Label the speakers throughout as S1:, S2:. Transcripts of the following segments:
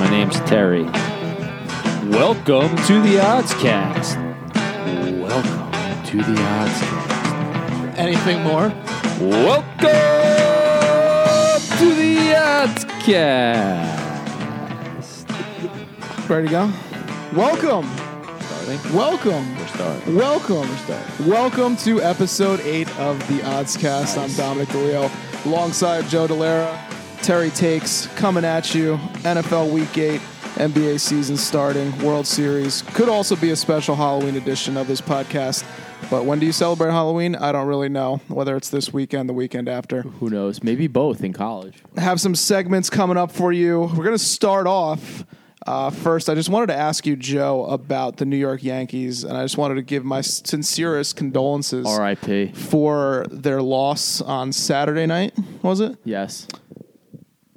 S1: My name's Terry. Welcome to the Oddscast. Welcome to the Oddscast.
S2: Anything more?
S1: Welcome to the Oddscast.
S2: Ready to go? Welcome,
S1: Starting.
S2: welcome,
S1: We're starting.
S2: welcome, welcome to episode eight of the Oddscast. I'm Dominic DeLeo, alongside Joe Delara, Terry Takes, coming at you. NFL Week Eight, NBA season starting, World Series could also be a special Halloween edition of this podcast. But when do you celebrate Halloween? I don't really know whether it's this weekend, the weekend after.
S1: Who knows? Maybe both in college.
S2: have some segments coming up for you. We're going to start off. Uh, first, I just wanted to ask you, Joe, about the New York Yankees, and I just wanted to give my sincerest condolences
S1: R.I.P.
S2: for their loss on Saturday night. Was it?
S1: Yes.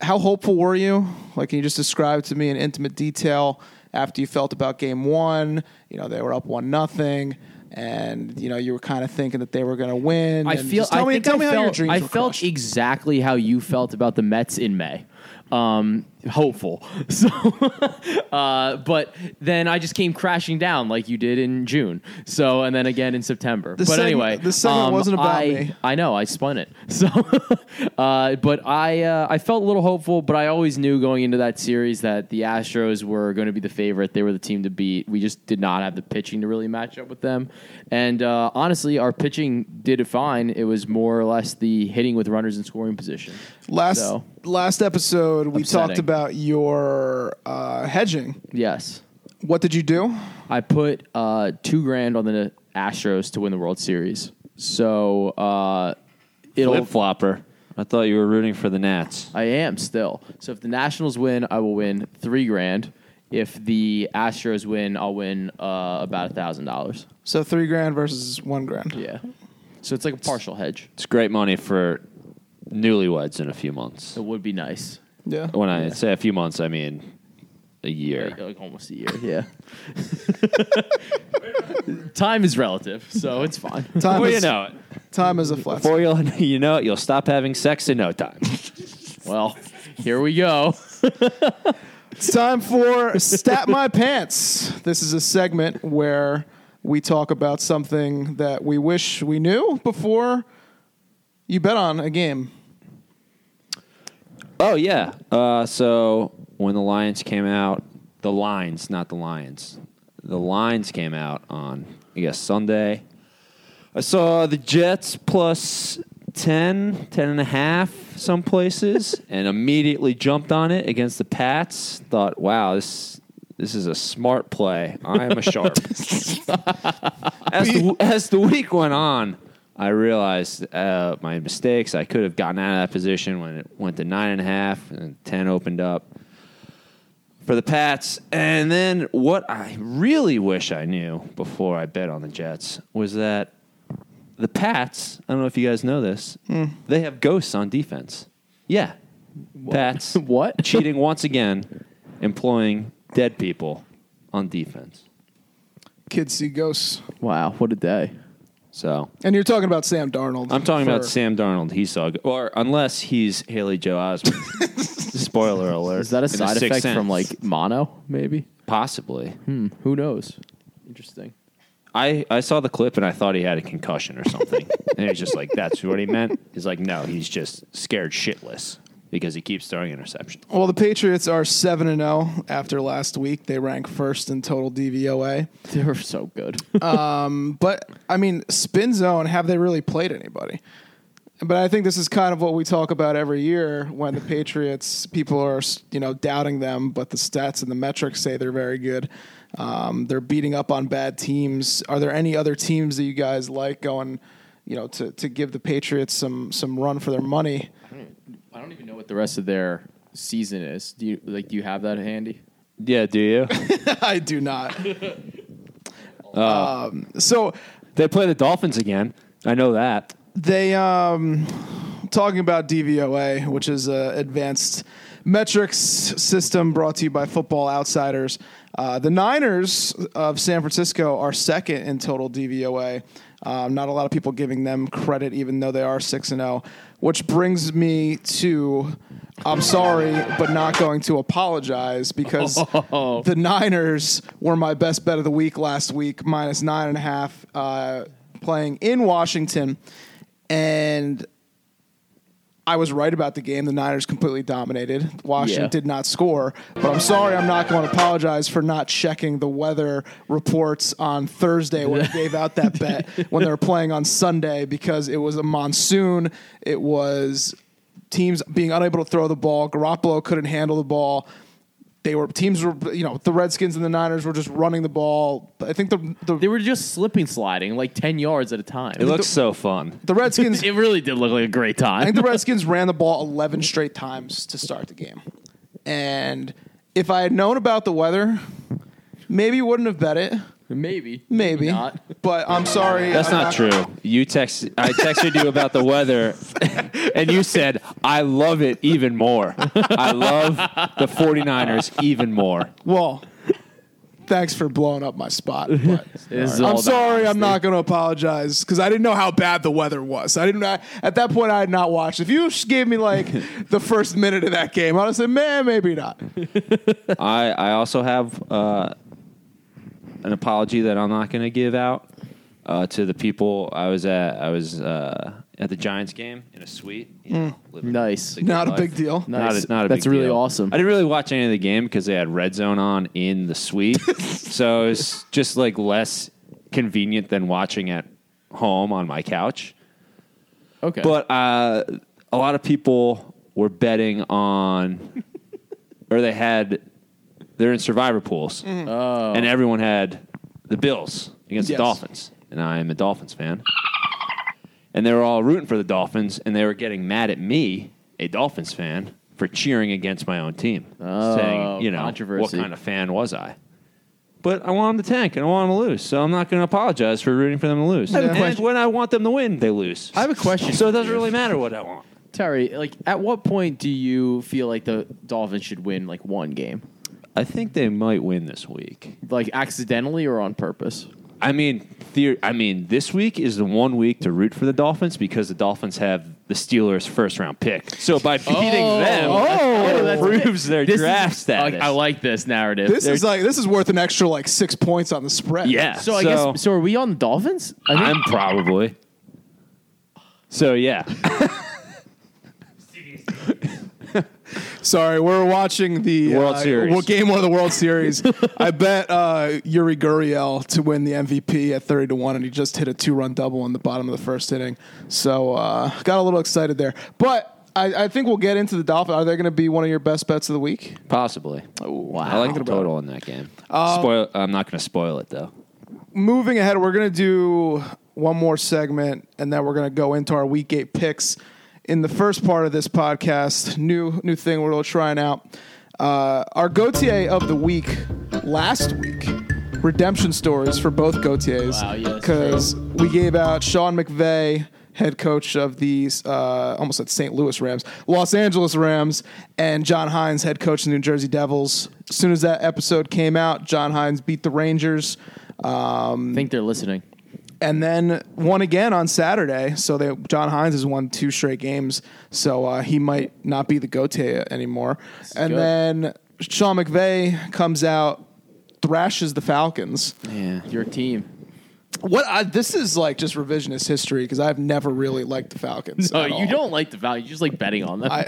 S2: How hopeful were you? Like, can you just describe to me in intimate detail after you felt about Game One? You know, they were up one nothing, and you know you were kind of thinking that they were going to win.
S1: I
S2: and
S1: feel.
S2: just
S1: I
S2: Tell me,
S1: think
S2: tell
S1: I
S2: me
S1: felt,
S2: how your dreams
S1: I
S2: were
S1: felt
S2: crushed.
S1: exactly how you felt about the Mets in May. Um, hopeful. So, uh, but then I just came crashing down like you did in June. So, and then again in September. but
S2: segment-
S1: anyway, um,
S2: the segment wasn't about
S1: I,
S2: me.
S1: I know I spun it. So, uh, but I uh, I felt a little hopeful, but I always knew going into that series that the Astros were going to be the favorite. They were the team to beat. We just did not have the pitching to really match up with them. And uh, honestly, our pitching did it fine. It was more or less the hitting with runners in scoring position.
S2: Last
S1: So-
S2: last episode, we
S1: Upsetting.
S2: talked about your uh, hedging.
S1: Yes,
S2: What did you do?
S1: I put uh, two grand on the Astros to win the World Series. So uh, it'll
S3: Flip flopper. I thought you were rooting for the Nats.
S1: I am still. So if the Nationals win, I will win three grand. If the Astros win, I'll win uh, about a thousand dollars.
S2: So three grand versus one grand.
S1: Yeah. So it's like a partial hedge.
S3: It's great money for newlyweds in a few months.
S1: It would be nice.
S2: Yeah.
S3: When I say a few months, I mean a
S1: Like,
S3: year.
S1: like almost a year. Yeah. Time is relative, so it's fine.
S2: Time
S3: Before you
S2: is,
S3: know it,
S2: Time is a flex.
S3: before you'll, you know it, you'll stop having sex in no time.
S1: Well, here we go.
S2: It's time for Stat My Pants. This is a segment where we talk about something that we wish we knew before you bet on a game.
S3: Oh yeah. Uh, so when the Lions came out, the lines, not the Lions, the lines came out on I guess Sunday. I saw the Jets plus 10, 10 and a half some places, and immediately jumped on it against the Pats. Thought, wow, this this is a smart play. I am a sharp. as, the, as the week went on, I realized uh, my mistakes. I could have gotten out of that position when it went to nine and a half and ten opened up for the Pats. And then what I really wish I knew before I bet on the Jets was that the Pats. I don't know if you guys know this.
S1: Hmm.
S3: They have ghosts on defense. Yeah, Pats
S1: What?
S3: cheating once again, employing dead people on defense.
S2: Kids see ghosts.
S1: Wow, what a day.
S3: So
S2: And you're talking about Sam Darnold.
S3: I'm talking about
S2: for-
S3: Sam Darnold. He saw, or unless he's Haley Joe Osmond. Spoiler alert.
S1: Is that a
S3: In The
S1: side
S3: Sixth
S1: effect from
S3: Sense.
S1: like mono, maybe?
S3: possibly?
S1: Hmm, who knows? Interesting.
S3: I, I saw the clip and I thought he had a concussion or something. and he's just like, that's what he meant. He's like, no, he's just scared shitless because he keeps throwing interceptions.
S2: Well, the Patriots are 7 and 0 after last week. They rank first in total DVOA.
S1: They were so good.
S2: But I mean, spin zone. Have they really played anybody? But I think this is kind of what we talk about every year when the Patriots people are you know doubting them, but the stats and the metrics say they're very good. Um, they're beating up on bad teams. Are there any other teams that you guys like going? You know, to, to give the Patriots some some run for their money.
S1: I don't even know what the rest of their season is. Do you like? Do you have that handy?
S3: Yeah, do you?
S2: I do not. um, so
S3: they play the Dolphins again. I know that.
S2: they um talking about DVOA, which is a advanced metrics system brought to you by Football Outsiders. Uh, the Niners of San Francisco are second in total DVOA. Um, not a lot of people giving them credit, even though they are six and zero. Which brings me to, I'm sorry, but not going to apologize because the Niners were my best bet of the week last week, minus nine and a half, uh, playing in Washington, and I was right about the game. The Niners completely dominated. Washington
S1: Yeah.
S2: did not score, but I'm sorry. I'm not going to apologize for not checking the weather reports on Thursday when I gave out that bet when they were playing on Sunday because it was a monsoon. It was teams being unable to throw the ball. Garoppolo couldn't handle the ball. They were teams were you know the Redskins and the Niners were just running the ball. I think the
S1: They
S2: the,
S1: were just slipping sliding like 10 yards at a time.
S3: It looks so fun.
S2: the Redskins
S1: it really did look like a great
S2: I
S1: time.
S2: think the Redskins ran the ball 11 straight times to start the game. And if I had known about the weather, maybe you wouldn't have bet it.
S1: Maybe.
S2: Maybe.
S1: not.
S2: But I'm sorry.
S3: That's
S2: I'm
S3: not true. You text. I texted you about the weather, and you said, "I love it even more. I love the 49ers even more."
S2: Well, thanks for blowing up my spot. But
S1: This is all
S2: I'm
S1: about
S2: sorry. I'm
S1: honesty.
S2: not going to apologize because I didn't know how bad the weather was. I didn't. I, at that point, I had not watched. If you just gave me like the first minute of that game, I would have said, man, maybe not.
S3: I I also have uh, an apology that I'm not going to give out uh, to the people. I was at I was uh, at the Giants game in a suite. you know, living
S1: Nice.
S3: the good
S2: Not a
S3: life.
S2: big deal.
S1: Nice.
S3: Not a, not a
S1: That's
S3: big
S1: really
S3: deal.
S1: awesome.
S3: I didn't really watch any of the game because they had red zone on in the suite, so it's just like less convenient than watching at home on my couch.
S1: Okay.
S3: But uh, a lot of people were betting on, or they had, they're in survivor pools,
S1: Oh.
S3: and everyone had the Bills against
S2: Mm-hmm. Yes.
S3: the Dolphins, and I am a Dolphins fan, and they were all rooting for the Dolphins, and they were getting mad at me, a Dolphins fan, for cheering against my own team,
S1: Oh,
S3: saying, you know, what
S1: controversy.
S3: kind of fan was I? But I want them to tank and I want them to lose, so I'm not going to apologize for rooting for them to lose.
S2: have a
S3: And
S2: question.
S3: when I want them to win, they lose.
S1: I have a question.
S3: So it doesn't really matter what I want.
S1: Terry, like, at what point do you feel like the Dolphins should win like one game,
S3: I think they might win this week.
S1: like accidentally or on purpose?
S3: I mean, theor- I mean, this week is the one week to root for the Dolphins because the Dolphins have the Steelers' first round pick. So by beating them, it proves their
S1: This is-
S3: draft status.
S1: I, I like this narrative.
S2: This is like this is worth an extra like six points on the spread.
S3: yeah.
S1: so, I guess. So are we on the Dolphins? I think-
S3: I'm probably. So yeah,
S2: Sorry, we're watching the
S3: World
S2: uh,
S3: Series.
S2: well, game one of the World Series. I bet uh, Yuri Gurriel to win the MVP at thirty to one, and he just hit a two-run double in the bottom of the first inning. So uh, got a little excited there, but I, I think we'll get into the Dolphins. Are they going to be one of your best bets of the week?
S3: possibly.
S1: wow.
S3: I like the total in that game. spoil. I'm not going to spoil it though.
S2: Moving ahead, we're going to do one more segment, and then we're going to go into our week eight picks. In the first part of this podcast, new new thing we're all trying out. Uh, our Gautier of the week last week, redemption stories for both Gautiers.
S1: Wow, yeah, that's
S2: because we gave out Sean McVay, head coach of the uh, almost at St. Louis Rams, Los Angeles Rams, and John Hines, head coach of the New Jersey Devils. As soon as that episode came out, John Hines beat the Rangers
S1: I think they're listening.
S2: and then won again on Saturday. So they, John Hines has won two straight games. So uh, he might not be the Gote anymore. And
S1: good.
S2: then Sean McVay comes out, thrashes the Falcons.
S3: Yeah.
S1: Your team.
S2: What I, this is like just revisionist history because I've never really liked the Falcons.
S1: Oh,
S2: at
S1: you
S2: all.
S1: don't like the value. You just like betting on them.
S2: I,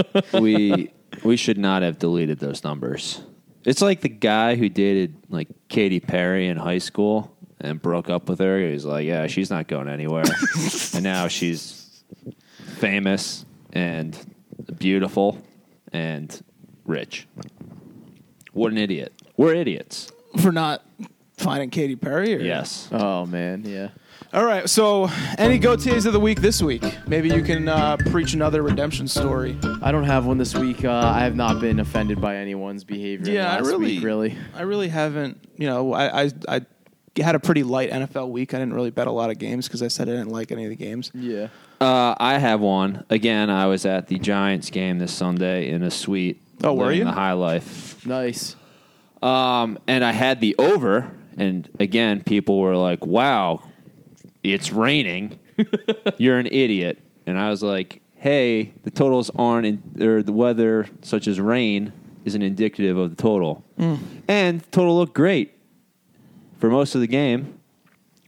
S3: we we should not have deleted those numbers. It's like the guy who dated like Katy Perry in high school and broke up with her. He was like, "Yeah, she's not going anywhere," and now she's famous and beautiful and rich. What an idiot! We're idiots.
S2: for not finding Katy Perry. Or,
S3: Yes.
S1: oh man, yeah.
S2: All right. So any Gotes of the week this week? Maybe you can uh, preach another redemption story.
S1: I don't have one this week. Uh, I have not been offended by anyone's behavior.
S2: Yeah, I
S1: last
S2: really-
S1: week, really.
S2: I really haven't. You know, I I, I had a pretty light NFL week. I didn't really bet a lot of games because I said I didn't like any of the games.
S1: Yeah.
S3: Uh, I have one. Again, I was at the Giants game this Sunday in a suite.
S2: Oh, were
S3: living
S2: you?
S3: the high life?
S1: Nice.
S3: Um, and I had the over, and again, people were like, "Wow, it's raining. You're an idiot. And I was like, hey, the totals aren't, in, or the weather, such as rain, isn't indicative of the total.
S1: Mm.
S3: And the total looked great for most of the game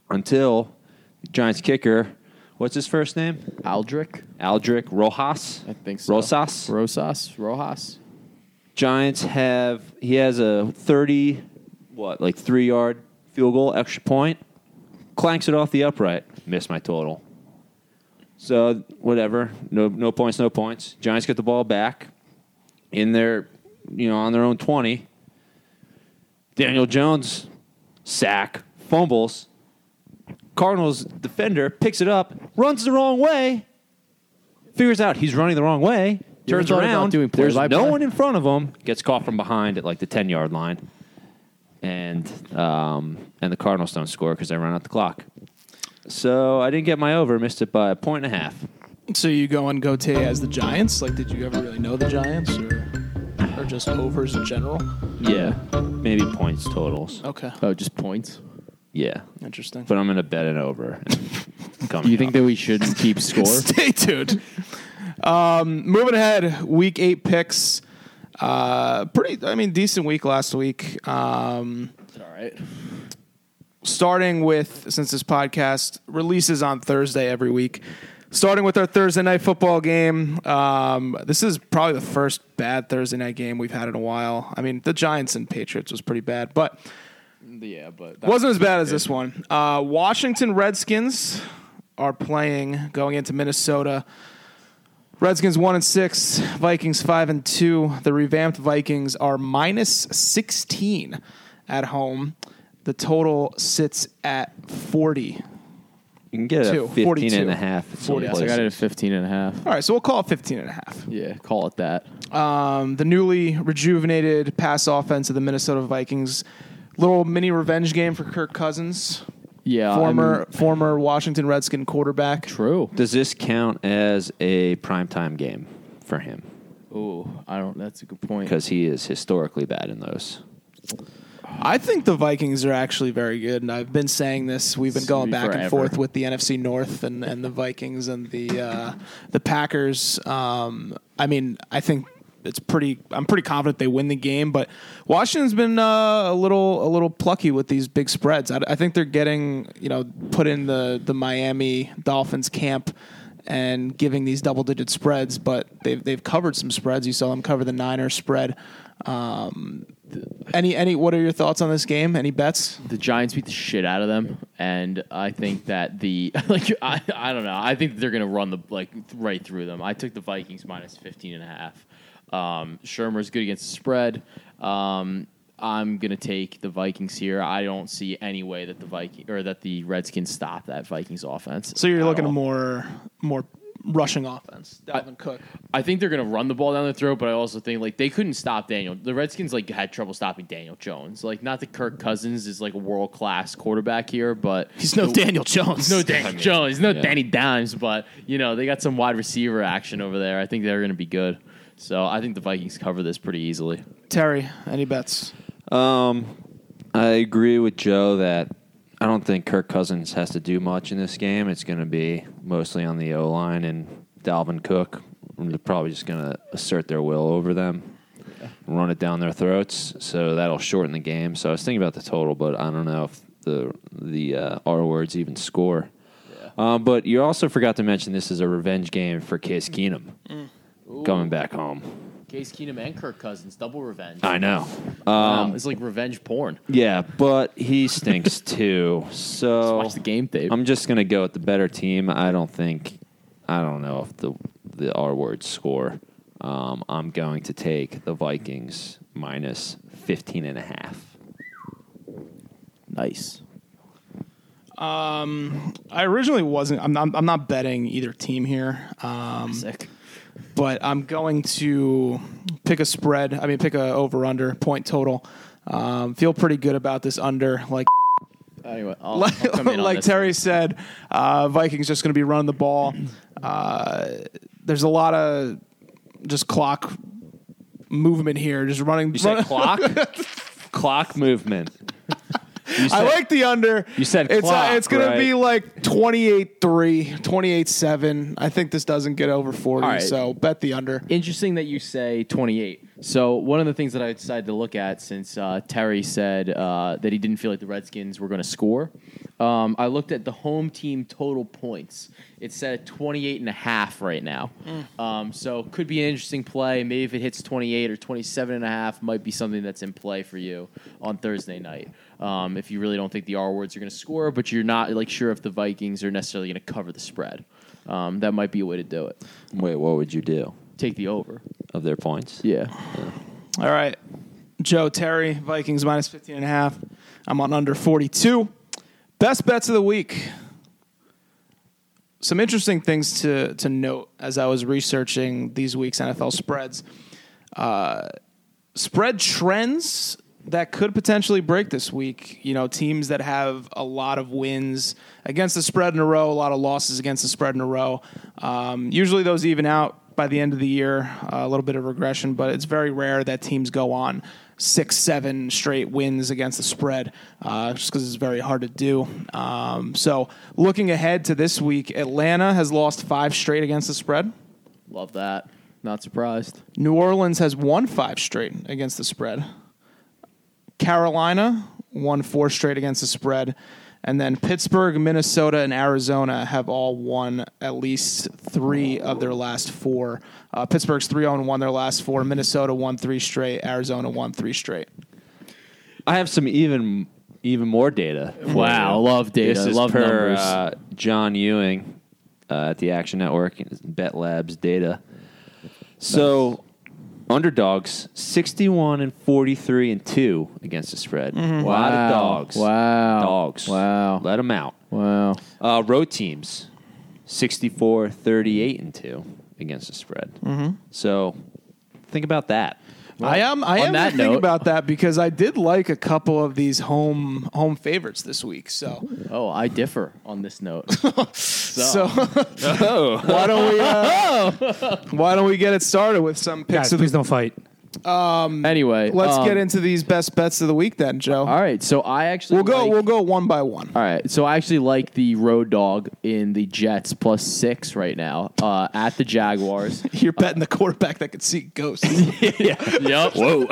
S3: until the Giants kicker, what's his first name?
S1: Aldrich,
S3: Aldric Rojas?
S1: I think so.
S3: Rosas?
S1: Rosas, Rojas.
S3: Giants have he has a thirty, what like three yard field goal extra point, clanks it off the upright. Missed my total. So whatever, no no points, no points. Giants get the ball back in their you know on their own twenty. Daniel Jones sack fumbles. Cardinals defender picks it up, runs the wrong way. Figures out he's running the wrong way.
S1: You ever
S3: Turns
S1: thought about
S3: around.
S1: doing
S3: there's
S1: play-by-play?
S3: no one in front of him. Gets caught from behind at like the ten yard line, and um, and the Cardinals don't score because they run out the clock. So I didn't get my over. Missed it by a point and a half.
S2: So you go and Gote as the Giants? Like, did you ever really know the Giants, or or just overs in general?
S3: Yeah, maybe points totals.
S2: Okay,
S1: Oh, just points.
S3: Yeah,
S2: interesting.
S3: but I'm gonna bet it over.
S1: Do you think that we shouldn't keep score?
S2: Stay tuned. Um, moving ahead, week eight picks. Uh, pretty, I mean, decent week last week. Um,
S1: All right.
S2: starting with since this podcast releases on Thursday every week, starting with our Thursday night football game. Um, this is probably the first bad Thursday night game we've had in a while. I mean, the Giants and Patriots was pretty bad, but
S1: Yeah, but that
S2: wasn't as bad as this one. Uh, Washington Redskins are playing going into Minnesota. Redskins one and six, Vikings five and two. The revamped Vikings are minus sixteen at home. The total sits at forty.
S3: You can get it
S2: Two,
S3: at 15
S2: 42.
S3: and a half. at some
S2: 40.
S1: Yeah, so I got
S3: places.
S1: it at 15 and a half.
S2: All right, so we'll call it 15 and a half.
S1: Yeah, call it that.
S2: Um, the newly rejuvenated pass offense of the Minnesota Vikings, little mini revenge game for Kirk Cousins,
S1: Yeah, I
S2: former
S1: mean,
S2: former Washington Redskin quarterback.
S1: true.
S3: Does this count as a primetime game for him?
S1: Oh, I don't. That's a good point.
S3: Because he is historically bad in those.
S2: I think the Vikings are actually very good, and I've been saying this. We've been
S1: It's gonna
S2: going back
S1: be
S2: and
S1: forever.
S2: forth with the NFC North and, and the Vikings and the uh, the Packers. Um, I mean, I think it's pretty. I'm pretty confident they win the game, but Washington's been uh, a little a little plucky with these big spreads. I, I think they're getting you know put in the the Miami Dolphins camp. And giving these double digit spreads, but they've they've covered some spreads. You saw them cover the Niners spread. Any any what are your thoughts on this game? Any bets?
S1: the Giants beat the shit out of them, and I think that the like I, I don't know. I think that they're gonna run the like right through them. I took the Vikings minus 15 and a half. Um, Shermer's good against the spread. Um, I'm gonna take the Vikings here. I don't see any way that the Viking or that the Redskins stop that Vikings offense.
S2: So you're
S1: at
S2: looking
S1: all.
S2: at more more rushing offense. Dalvin Cook.
S1: I think they're going to run the ball down their throat, but I also think like they couldn't stop Daniel. The Redskins like had trouble stopping Daniel Jones. Like not that Kirk Cousins is like a world class quarterback here, but
S2: He's no Daniel Jones.
S1: he's no Daniel Jones, he's no
S3: yeah.
S1: Danny Dimes, but you know they got some wide receiver action over there. I think they're going to be good. So I think the Vikings cover this pretty easily.
S2: Terry, any bets?
S3: Um, I agree with Joe that I don't think Kirk Cousins has to do much in this game. It's going to be mostly on the O line and Dalvin Cook. They're probably just going to assert their will over them, run it down their throats. So that'll shorten the game. So I was thinking about the total, but I don't know if the the uh, R words even score. Um, but you also forgot to mention this is a revenge game for Case Keenum coming back home.
S1: Case Keenum and Kirk Cousins double revenge.
S3: I know.
S1: Wow, it's like revenge porn.
S3: Yeah, but he stinks too.
S1: Just
S3: So
S1: watch the game tape.
S3: Oh, I'm just gonna go with the better team. I don't think, I don't know if the the R words score. Um, I'm going to take the Vikings minus 15 and a half.
S1: nice.
S2: I originally wasn't. I'm not, I'm not betting either team here, um,
S1: Sick.
S2: but I'm going to pick a spread. I mean, pick a over under point total. Um, feel pretty good about this under. Like
S1: Anyway, I'll, I'll
S2: like,
S1: come in on
S2: like
S1: this.
S2: Terry said, uh, Vikings just going to be running the ball. Uh, there's a lot of just clock movement here, just running.
S3: You said
S2: running-
S3: clock, clock movement.
S1: You
S2: I
S1: said-
S2: like the under.
S1: You said
S2: it's uh,
S1: clock,
S2: it's going
S3: right?
S2: to be like 28-3, 28-7. I think this doesn't get over 40,
S1: All right.
S2: so bet the under.
S1: Interesting that you say 28. So one of the things that I decided to look at since uh, Terry said uh, that he didn't feel like the Redskins were going to score, um, I looked at the home team total points. It's set at 28 and a half right now. Um, so could be an interesting play. Maybe if it hits 28 or 27 and a half, might be something that's in play for you on Thursday night. Um, if you really don't think the R words are going to score, but you're not like sure if the Vikings are necessarily going to cover the spread. Um, that might be a way to do it.
S3: Wait, what would you do
S1: Take the over.
S3: of their points?
S1: Yeah.
S2: All right. Joe Terry, Vikings minus 15 and a half. I'm on under 42. Best bets of the week. Some interesting things to, to note as I was researching these week's NFL spreads. Uh, spread trends that could potentially break this week. You know, teams that have a lot of wins against the spread in a row, a lot of losses against the spread in a row. Um, usually those even out by the end of the year, uh, a little bit of regression, but it's very rare that teams go on six, seven straight wins against the spread, uh, just because it's very hard to do. Um, so looking ahead to this week, Atlanta has lost five straight against the spread.
S1: Love that. Not surprised.
S2: New Orleans has won five straight against the spread. Carolina won four straight against the spread. And then Pittsburgh, Minnesota, and Arizona have all won at least three of their last four. Uh, Pittsburgh's 3 0 1 their last four. Minnesota won three straight. Arizona won three straight.
S3: I have some even even more data. for
S1: Wow,
S3: you.
S1: love data,
S3: This is
S1: love
S3: per,
S1: numbers.
S3: Uh, John Ewing uh, at the Action Network, Bet Labs data. So, underdogs sixty-one and forty-three and two against the spread. A lot
S1: Mm-hmm. Wow.
S3: of dogs.
S1: Wow.
S3: dogs.
S1: Wow.
S3: let them out.
S1: Wow.
S3: Uh, road teams 64, 38 and two against the spread.
S1: Mm-hmm.
S3: So, think about that.
S2: I am. I
S1: on
S2: am
S1: that
S2: thinking think
S1: note-
S2: about that because I did like a couple of these home home favorites this week. So,
S1: Oh, I differ on this note.
S2: so why don't we? Uh, why don't we get it started with some picks
S4: Guys,
S2: of the
S4: please don't fight.
S1: anyway,
S2: Let's
S1: um,
S2: get into these best bets of the week then, Joe.
S1: All right, so I actually
S2: We'll go
S1: like-
S2: we'll go one by one.
S1: All right, so I actually like the road dog in the Jets plus six right now uh, at the Jaguars.
S2: You're betting the quarterback that could see ghosts.
S1: yep. Whoa.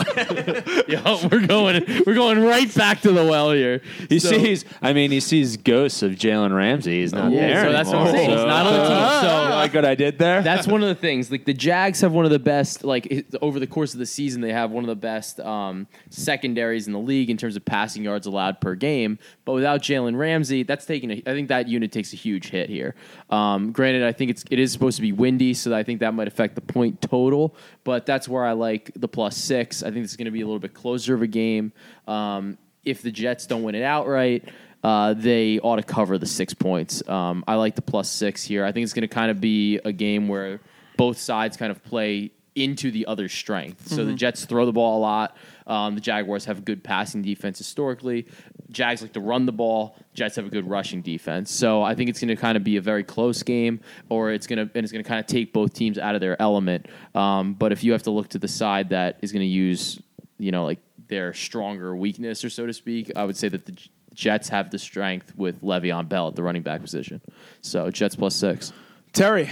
S1: yep. We're going. We're going right back to the well here.
S3: He
S1: So-
S3: sees. I mean, he sees ghosts of Jalen Ramsey. He's not
S1: Yeah,
S3: there.
S1: so that's what I'm
S3: anymore.
S1: saying. He's
S3: So-
S1: not on the team, so-
S3: Ah, like what I did there.
S1: That's one of the things. Like the Jags have one of the best. Like i- over the course of the season, they have one of the best um, secondaries in the league in terms of passing yards allowed per game. But without Jalen Ramsey, that's taking. A, I think that unit takes a huge hit here. Um, granted, I think it's it is supposed to be windy, so I think that might affect the point total. But that's where I like the plus six. I think it's going to be a little bit closer of a game. Um, if the Jets don't win it outright, uh, they ought to cover the six points. Um, I like the plus six here. I think it's going to kind of be a game where both sides kind of play into the other's strength. So the Jets throw the ball a lot. Um, the Jaguars have a good passing defense historically. Jags like to run the ball. Jets have a good rushing defense. So I think it's going to kind of be a very close game, or it's going to and it's going to kind of take both teams out of their element. Um, but if you have to look to the side that is going to use, you know, like their stronger weakness, or so to speak, I would say that the J- Jets have the strength with Le'Veon Bell at the running back position. So Jets plus six.
S2: Terry,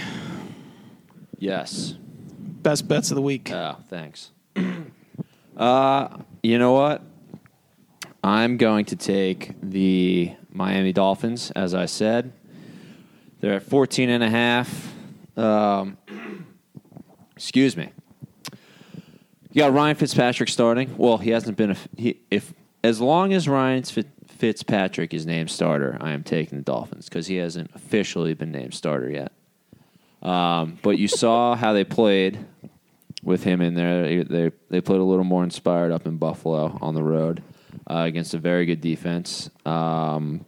S3: yes.
S2: best bets of the week.
S3: Oh, thanks. uh, you know what? I'm going to take the Miami Dolphins, as I said. They're at 14 and a half. Um, excuse me. You got Ryan Fitzpatrick starting. Well, he hasn't been a he, if as long as Ryan Fit- Fitzpatrick is named starter, I am taking the Dolphins because he hasn't officially been named starter yet. Um, but you saw how they played with him in there. They they played a little more inspired up in Buffalo on the road uh, against a very good defense. Um,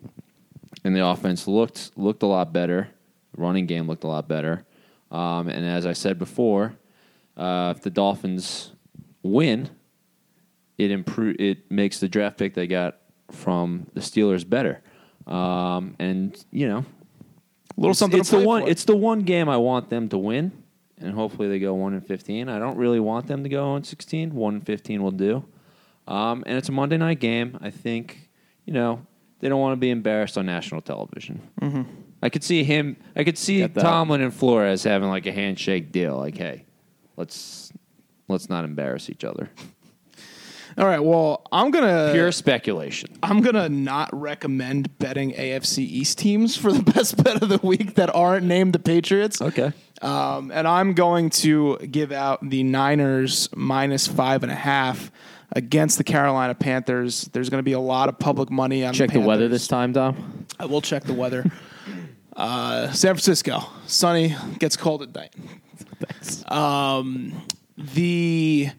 S3: and the offense looked looked a lot better. Running game looked a lot better. Um, and as I said before, uh, if the Dolphins win, it improve it makes the draft pick they got from the Steelers better. Um, and you know,
S2: a little
S3: it's,
S2: something.
S3: It's
S2: to
S3: the
S2: play
S3: one.
S2: for.
S3: It's the one game I want them to win, and hopefully they go one and fifteen. I don't really want them to go on sixteen. One and fifteen will do. Um, and it's a Monday night game. I think you know, they don't want to be embarrassed on national television. Mm-hmm. I could see him. I could see
S1: Get that.
S3: Tomlin and Flores having like a handshake deal. Like, hey, let's let's not embarrass each other.
S2: All right. Well, I'm gonna
S3: Pure speculation.
S2: I'm gonna not recommend betting AFC East teams for the best bet of the week that aren't named the Patriots.
S3: Okay.
S2: Um, and I'm going to give out the Niners minus five and a half against the Carolina Panthers. There's going to be a lot of public money on
S1: Check the weather
S2: Panthers.
S1: this time, Dom.
S2: I will check the weather. Uh, San Francisco, sunny, gets cold at night. Um, the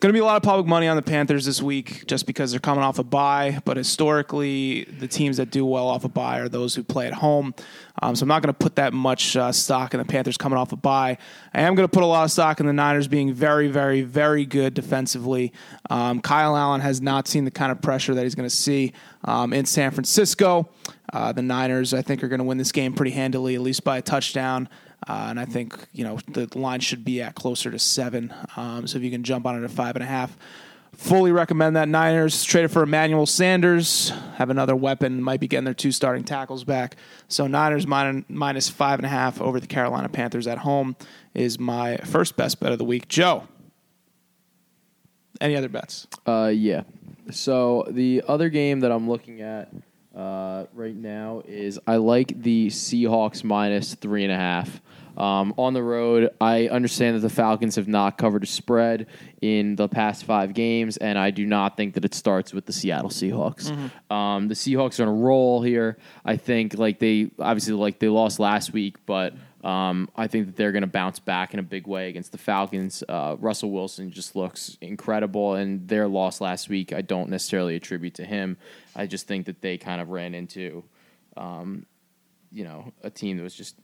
S2: going to be a lot of public money on the Panthers this week, just because they're coming off a bye. But historically, the teams that do well off a bye are those who play at home. Um, so I'm not going to put that much uh, stock in the Panthers coming off a bye. I am going to put a lot of stock in the Niners being very, very, very good defensively. Um, Kyle Allen has not seen the kind of pressure that he's going to see um, in San Francisco. Uh, the Niners, I think, are going to win this game pretty handily, at least by a touchdown. Uh, and I think you know the line should be at closer to seven. Um, so if you can jump on it at five and a half, fully recommend that Niners traded for Emmanuel Sanders. Have another weapon. Might be getting their two starting tackles back. So Niners min- minus five and a half over the Carolina Panthers at home is my first best bet of the week. Joe, any other bets?
S1: Uh, yeah. So the other game that I'm looking at uh, right now is I like the Seahawks minus three and a half. Um, on the road, I understand that the Falcons have not covered a spread in the past five games, and I do not think that it starts with the Seattle Seahawks. Um, the Seahawks are on a roll here. I think like they obviously like they lost last week, but um, I think that they're going to bounce back in a big way against the Falcons. Uh, Russell Wilson just looks incredible, and their loss last week, I don't necessarily attribute to him. I just think that they kind of ran into, um, you know, a team that was just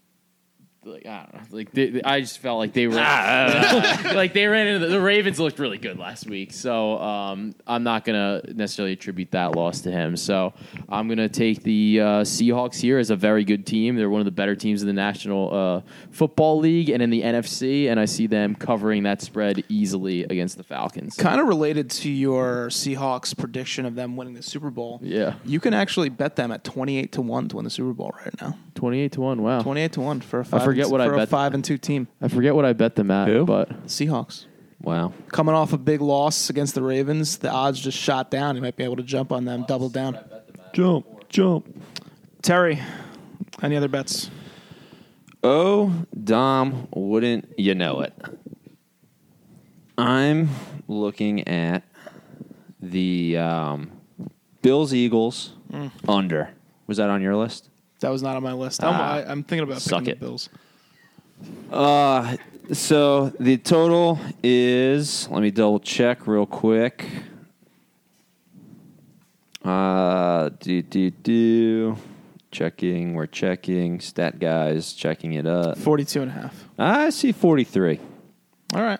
S1: like I don't know, like they, they- I just felt like they were like they ran into the, the Ravens looked really good last week, so um, I'm not gonna necessarily attribute that loss to him. So I'm gonna take the uh, Seahawks here as a very good team. They're one of the better teams in the National uh, Football League and in the NFC, and I see them covering that spread easily against the Falcons.
S2: Kind of related to your Seahawks prediction of them winning the Super Bowl.
S1: Yeah.
S2: You can actually bet them at 28 to 1 to win the Super Bowl right now.
S1: Twenty-eight to one. Wow.
S2: 28 to 1 for a 5
S1: forget
S2: and,
S1: what Oh. I
S2: for a
S1: bet.
S2: 5 and 2 team.
S1: I forget what I bet them at,
S3: Who?
S1: but
S2: Seahawks.
S3: Wow.
S2: Coming off a big loss against the Ravens, the odds just shot down. You might be able to jump on them, double down.
S3: Jump, jump.
S2: Terry, any other bets?
S3: Oh, Dom, wouldn't you know it? I'm looking at the um, Bills Eagles under. Was that on your list?
S2: That was not on my list. I'm,
S3: Ah,
S2: I, I'm thinking about picking
S3: suck
S2: the
S3: it.
S2: Bills.
S3: Uh, so the total is. Let me double check real quick. Uh, do do do. Checking. We're checking. Stat guys checking it up.
S2: 42 and a half.
S3: I see forty three.
S2: All right.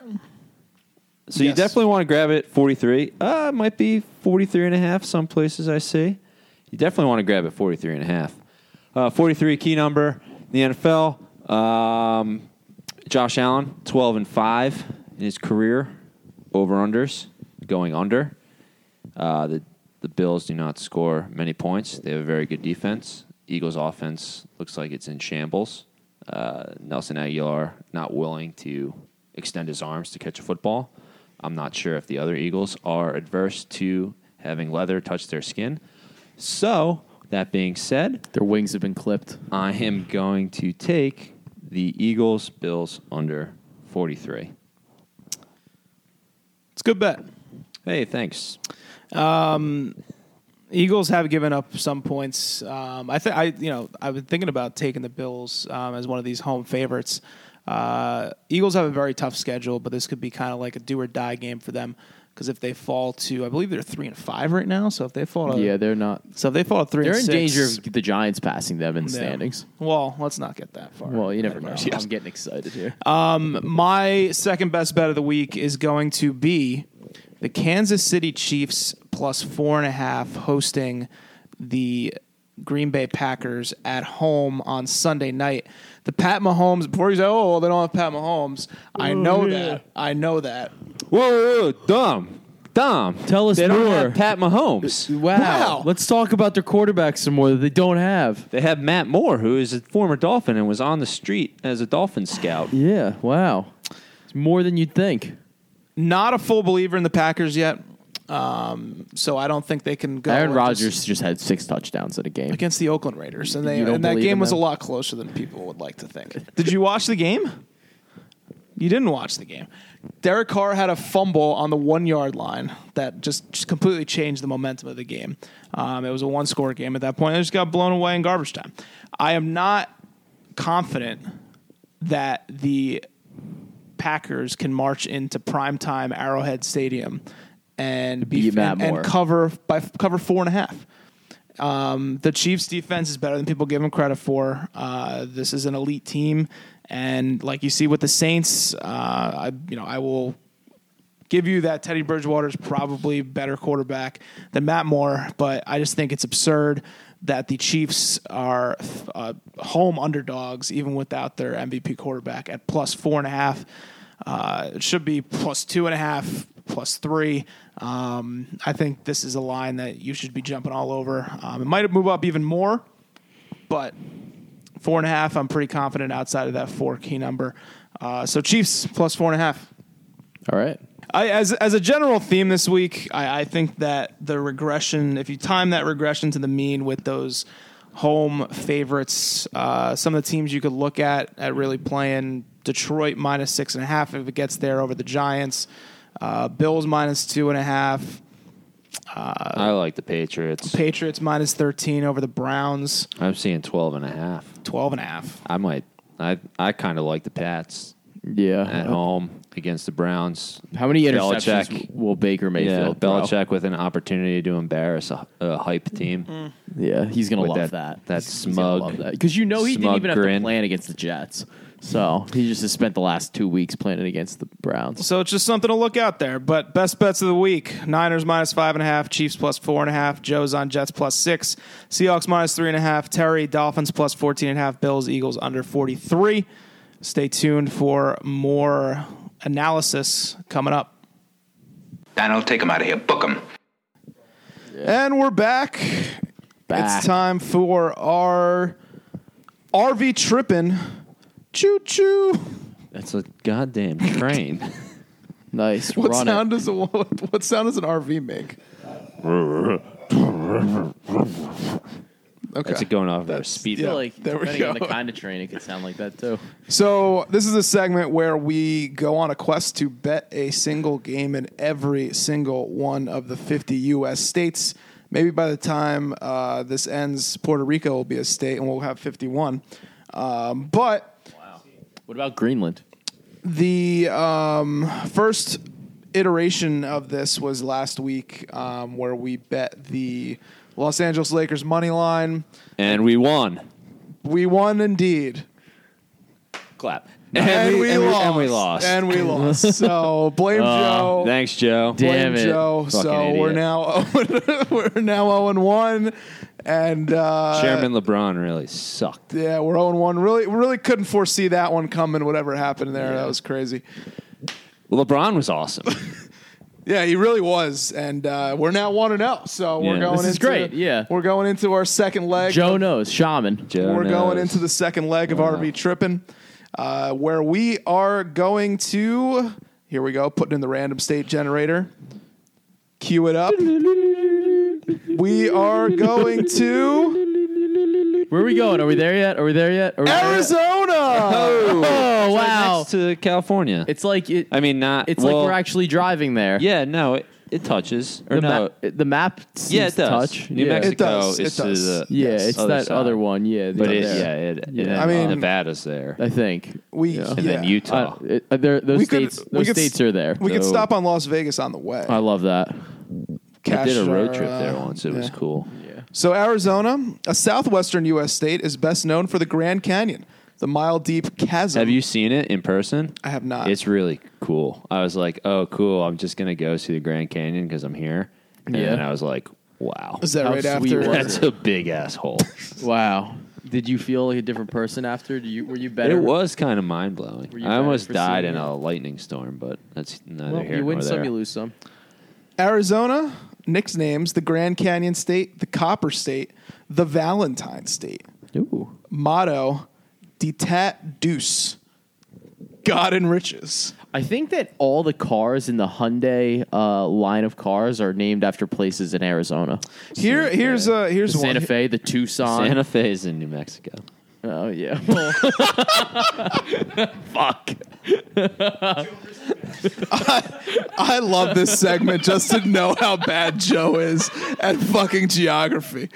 S3: So you
S2: Yes.
S3: definitely want to grab it 43. Uh, it might be 43 and a half some places I see. You definitely want to grab it 43 and a half. Uh, 43 key number in the NFL. Um, Josh Allen 12 and 5 in his career over unders going under. Uh, the the Bills do not score many points. They have a very good defense. Eagles offense looks like it's in shambles. Uh, Nelson Aguilar not willing to extend his arms to catch a football. I'm not sure if the other Eagles are adverse to having leather touch their skin. So that being said,
S1: their wings have been clipped.
S3: I am going to take the Eagles Bills under 43.
S2: It's a good bet.
S3: Hey, thanks.
S2: Eagles have given up some points. Um, I think I, you know, I've been thinking about taking the Bills um, as one of these home favorites. Uh, Eagles have a very tough schedule, but this could be kind of like a do or die game for them because if they fall to, I believe they're three and five right now. So if they fall, to,
S1: Yeah, they're not.
S2: So if they fall to 3
S1: They're
S2: and
S1: in
S2: six,
S1: danger of the Giants passing them in
S2: yeah.
S1: standings.
S2: Well, let's not get that far.
S1: Well, you never know.
S2: Never
S1: Oh,
S2: mind.
S1: I'm getting excited here.
S2: My second best bet of the week is going to be the Kansas City Chiefs plus four and a half hosting the Green Bay Packers at home on Sunday night. The Pat Mahomes, before you say, oh,
S1: Oh,
S2: well, they don't have Pat Mahomes, I know that. I know that.
S3: Whoa, whoa, whoa, Dom. Dom,
S1: Tell us
S3: they Don't
S1: more. Uh,
S3: have Pat Mahomes.
S1: Wow.
S2: Wow.
S1: Let's talk about their quarterback some more that they don't have.
S3: They have Matt Moore, who is a former Dolphin and was on the street as a Dolphin scout.
S1: Yeah. Wow. It's more than you'd think.
S2: Not a full believer in the Packers yet, um, so I don't think they can go.
S1: Aaron
S2: with just-
S1: Rodgers just had six touchdowns in a game.
S2: against the Oakland Raiders, and they
S1: You don't
S2: and that
S1: believe
S2: game
S1: in
S2: was a
S1: them?
S2: lot closer than people would like to think. Did you watch the game? You didn't watch the game. Derek Carr had a fumble on the one yard line that just, just completely changed the momentum of the game. Um, it was a one score game at that point. They just got blown away in garbage time. I am not confident that the Packers can march into primetime Arrowhead Stadium and be
S1: Beat Matt
S2: and, and
S1: Moore.
S2: cover by cover four and a half. Um, the Chiefs' defense is better than people give them credit for. Uh, this is an elite team, and like you see with the Saints, uh, I you know I will give you that Teddy Bridgewater is probably better quarterback than Matt Moore, but I just think it's absurd that the Chiefs are uh, home underdogs even without their MVP quarterback at plus four and a half. Uh, it should be plus two and a half, plus three. Um, I think this is a line that you should be jumping all over. Um, it might move up even more, but four and a half, I'm pretty confident outside of that four key number. Uh, so Chiefs plus four and a half.
S1: All right.
S2: I, as as a general theme this week, I, I think that the regression, if you time that regression to the mean with those home favorites, uh, some of the teams you could look at at really playing Detroit minus six and a half if it gets there over the Giants, uh, Bills minus two and a half,
S3: I like the Patriots.
S2: Patriots minus thirteen over the Browns,
S3: I'm seeing 12 and a half.
S2: twelve and a half.
S3: I might. I I kind of like the Pats
S1: Yeah.
S3: at home against the Browns.
S1: How many interceptions
S3: Belichick.
S1: will Baker
S3: Yeah,
S1: Mayfield? throw?
S3: Belichick with an opportunity to embarrass a, a hype team.
S1: Yeah, he's gonna
S3: With
S1: love
S3: that-
S1: that.
S3: that
S1: He's- he's gonna
S3: smug-
S1: love that. because you know he didn't
S3: smug
S1: even have
S3: grin.
S1: to plan against the Jets. So he just has spent the last two weeks planning against the Browns.
S2: So it's just something to look out there. But best bets of the week: Niners minus five and a half, Chiefs plus four and a half, Joe's on Jets plus six, Seahawks minus three and a half, Terry Dolphins plus fourteen and a half, Bills Eagles under forty three. Stay tuned for more analysis coming up.
S4: Donald, take him out of here. Book him.
S2: And we're back.
S1: Back.
S2: It's time for our RV tripping. Choo choo.
S3: That's a goddamn train.
S1: Nice.
S2: What
S1: Run
S2: sound does a what, what sound does an RV make? Okay.
S3: That's it going off their speed.
S1: it. I feel
S2: yeah,
S1: like
S2: there we
S1: depending on
S2: go.
S1: the kind of train, it could sound like that too.
S2: So this is a segment where we go on a quest to bet a single game in every single one of the 50 U.S. states. Maybe by the time uh, this ends, Puerto Rico will be a state, and we'll have 51. Um, but
S1: What about Greenland?
S2: the um, first iteration of this was last week, um, where we bet the Los Angeles Lakers money line.
S3: And we won.
S2: We won indeed.
S3: Clap.
S2: And, we,
S3: and,
S2: lost.
S3: and we lost.
S2: And we lost. So blame Joe.
S3: Thanks, Joe.
S1: Damn
S2: blame
S1: it.
S2: Joe.
S3: Fucking
S2: So we're
S3: idiot.
S2: now we're now 0 and 1 and uh
S3: Chairman LeBron really sucked.
S2: yeah, we're 0 and 1. Really really couldn't foresee that one coming whatever happened there. That was crazy.
S3: LeBron was awesome.
S2: Yeah, he really was and uh we're now 1 and 0. So we're
S3: Yeah.
S2: going
S1: This is
S2: into
S1: great, yeah.
S2: We're going into our second leg.
S1: Joe knows. Shaman.
S3: Joe
S2: We're
S3: knows.
S2: going into the second leg of RV tripping, uh, where we are going to. Here we go, putting in the random state generator. Cue it up. We are going to
S1: Where are we going? Are we there yet? Are we there yet? Are we there yet?
S2: Arizona.
S1: Oh wow!
S3: next to California.
S1: it's like it.
S3: I mean, not.
S1: it's
S3: well,
S1: like we're actually driving there.
S3: Yeah, no, it, it touches. Or
S1: The,
S3: no,
S1: map, the map seems
S3: yeah, it
S1: to
S3: does.
S1: touch.
S3: New
S1: yeah.
S3: Mexico
S2: It does,
S3: is
S2: it does.
S3: to the
S1: Yeah,
S2: Yes.
S1: it's
S3: Other
S1: that
S3: side.
S1: other one. Yeah,
S3: But it,
S1: there.
S3: yeah, it,
S1: Yeah.
S3: I
S2: I
S3: mean,
S2: mean-
S3: Nevada's there,
S1: I think.
S2: We
S1: Yeah.
S3: and then
S2: yeah.
S3: Utah.
S1: Uh, it- uh, there- those
S2: We could-
S1: states,
S2: we
S1: those
S2: could s-
S1: states are there. Oh.
S2: We could
S3: So-
S2: stop on Las Vegas on the way.
S1: I love that.
S3: I did a road
S2: Cash
S3: trip
S2: our,
S3: there
S2: uh,
S3: once. It was
S2: yeah.
S3: cool.
S2: So Arizona, a southwestern U.S. state, is best known for the Grand Canyon, the mile deep chasm.
S3: Have you seen it in person?
S2: I have not.
S3: It's really cool. I was like, oh, cool. I'm just gonna go see the Grand Canyon because I'm here. And
S1: Yeah.
S3: then I was like, wow,
S2: Is that
S1: How
S2: right
S1: sweet
S2: after?
S1: was it?
S3: that's a big asshole.
S1: Wow. Did you feel like a different person after? Do you were you better?
S3: it was kind of mind
S1: Were
S3: blowing.
S1: you
S3: I
S1: better
S3: almost
S1: for
S3: died
S1: seeing
S3: in
S1: it?
S3: a lightning storm, but that's neither
S1: Well,
S3: here
S1: you
S3: nor
S1: win some,
S3: there.
S1: you lose some.
S2: Arizona, Knicks names the Grand Canyon State, the Copper State, the Valentine State.
S1: Ooh.
S2: Motto: Detat Deuce, God enriches.
S1: I think that all the cars in the Hyundai uh, line of cars are named after places in Arizona.
S2: Here, here's uh, here's
S1: The Santa
S2: one.
S1: Fe, the Tucson.
S3: Santa Fe is in New Mexico.
S1: Oh yeah. Well- Fuck.
S2: I love this segment just to know how bad Joe is at fucking geography.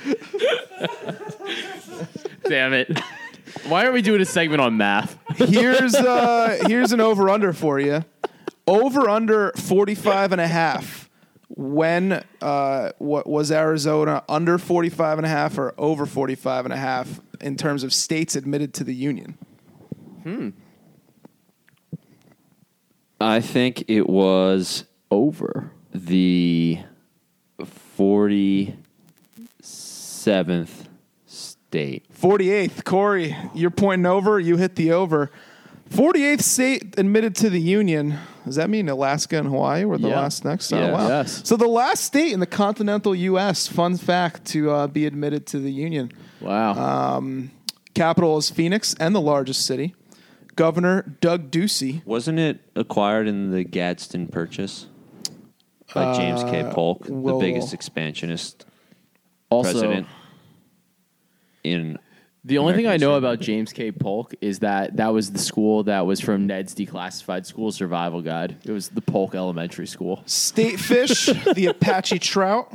S1: Damn it. Why aren't we doing a segment on math?
S2: Here's uh here's an over under for you. Over under 45 and a half. When uh what was Arizona under 45 and a half or over 45 and a half in terms of states admitted to the union?
S3: I think it was
S1: Over.
S3: the 47th state.
S2: 48th, Corey, you're pointing over, you hit the over. 48th state admitted to the union. Does that mean Alaska and Hawaii were the
S1: Yeah.
S2: last next? Oh,
S3: Yes.
S2: wow.
S1: Yes.
S2: So the last state in the continental U.S., fun fact, to uh, be admitted to the union. Uh,
S1: Wow.
S2: Capital is Phoenix and the largest city. Governor Doug Ducey.
S3: Wasn't it acquired in the Gadsden Purchase by James K. Polk,
S2: well-
S3: the biggest expansionist
S1: Uh, also,
S3: president in
S1: the only thing I
S3: American
S1: know about James K. Polk is that that was the school that was from Ned's Declassified School Survival Guide. It was the Polk Elementary School.
S2: State fish, the Apache trout.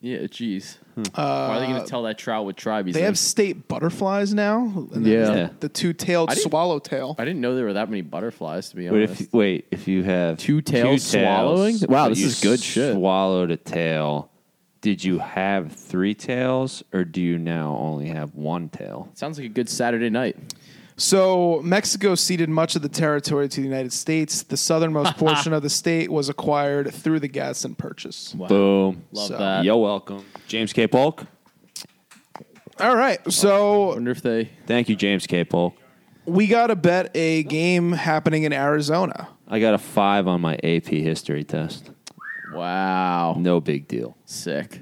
S1: Yeah, jeez. Why are they going to tell that trout what tribe he's
S2: Hmm. Uh, They
S1: in?
S2: have state butterflies now. and then
S1: Yeah.
S2: there's The two-tailed
S1: I didn't-
S2: swallowtail.
S1: I didn't know there were that many butterflies, to be
S3: But
S1: honest.
S3: if wait, if you have
S1: Two tails swallowing? Wow,
S3: but
S1: this
S3: you
S1: is good shit.
S3: Swallowed a tail. Did you have three tails, or do you now only have one tail?
S1: Sounds like a good Saturday night.
S2: So Mexico ceded much of the territory to the United States. The southernmost portion of the state was acquired through the Gadsden Purchase.
S1: Wow.
S3: Boom.
S1: Love
S2: So-
S1: that.
S3: You're welcome, James K. Polk.
S2: All right, so
S1: Wonder if they.
S3: Thank you, James K. Polk.
S2: we got to bet a game happening in Arizona.
S3: I got a five on my AP history test.
S1: Wow.
S3: No big deal.
S1: Sick.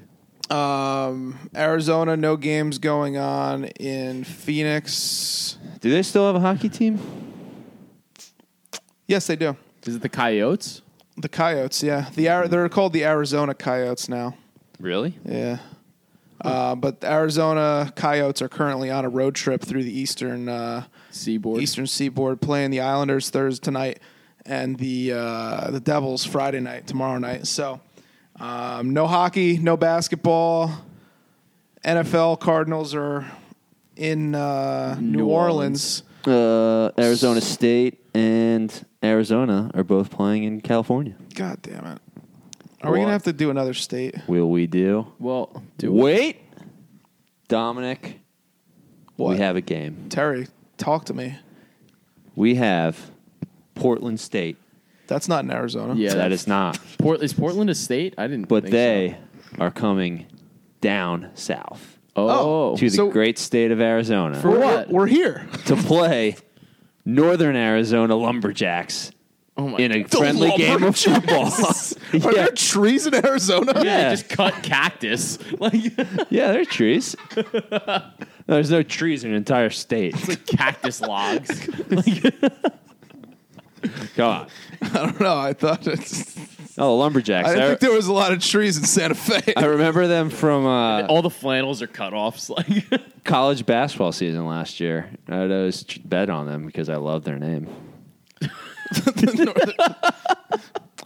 S2: Um, Arizona, no games going on in Phoenix.
S3: Do they still have a hockey team?
S2: Yes, they do.
S1: Is it the Coyotes?
S2: The Coyotes, yeah. The Ari- they're called the Arizona Coyotes now.
S3: Really?
S2: Yeah. Uh, but the Arizona Coyotes are currently on a road trip through the eastern uh,
S1: Seaboard.
S2: Eastern Seaboard playing the Islanders Thursday tonight and the uh, the Devils Friday night tomorrow night. So um, no hockey, no basketball. NFL Cardinals are in uh, New,
S1: New
S2: Orleans.
S3: Uh, Arizona State and Arizona are both playing in California.
S2: God damn it! Are we gonna
S3: What?
S2: have to do another state?
S3: Will we do?
S1: Well, do
S3: Wait, Dominic.
S2: What?
S3: We have a game.
S2: Terry, talk to me.
S3: We have Portland State.
S2: That's not in Arizona.
S1: Yeah,
S3: that
S1: that's-
S3: is not.
S1: Port- is Portland a state? I didn't.
S3: But
S1: think
S3: they are coming down south
S1: So. Oh,
S2: Oh.
S3: to the
S2: So-
S3: great state of Arizona
S1: For
S2: We're,
S1: what?
S2: we're here.
S3: to play Northern Arizona Lumberjacks
S1: oh my
S3: in a
S1: God.
S3: friendly game of football.
S2: Are
S3: yeah.
S2: there trees in Arizona?
S1: Yeah,
S3: Yeah.
S1: they just cut cactus. Like
S3: yeah, there are trees. There's no trees in an entire state.
S1: cactus logs.
S3: Come on.
S2: I don't know. I thought it's.
S3: Oh, the Lumberjacks.
S2: I
S3: I,
S2: didn't think there was a lot of trees in Santa Fe.
S3: I remember them from uh,
S1: All the flannels are cut offs. Like
S3: college basketball season last year. I would always tr- bet on them because I love their name.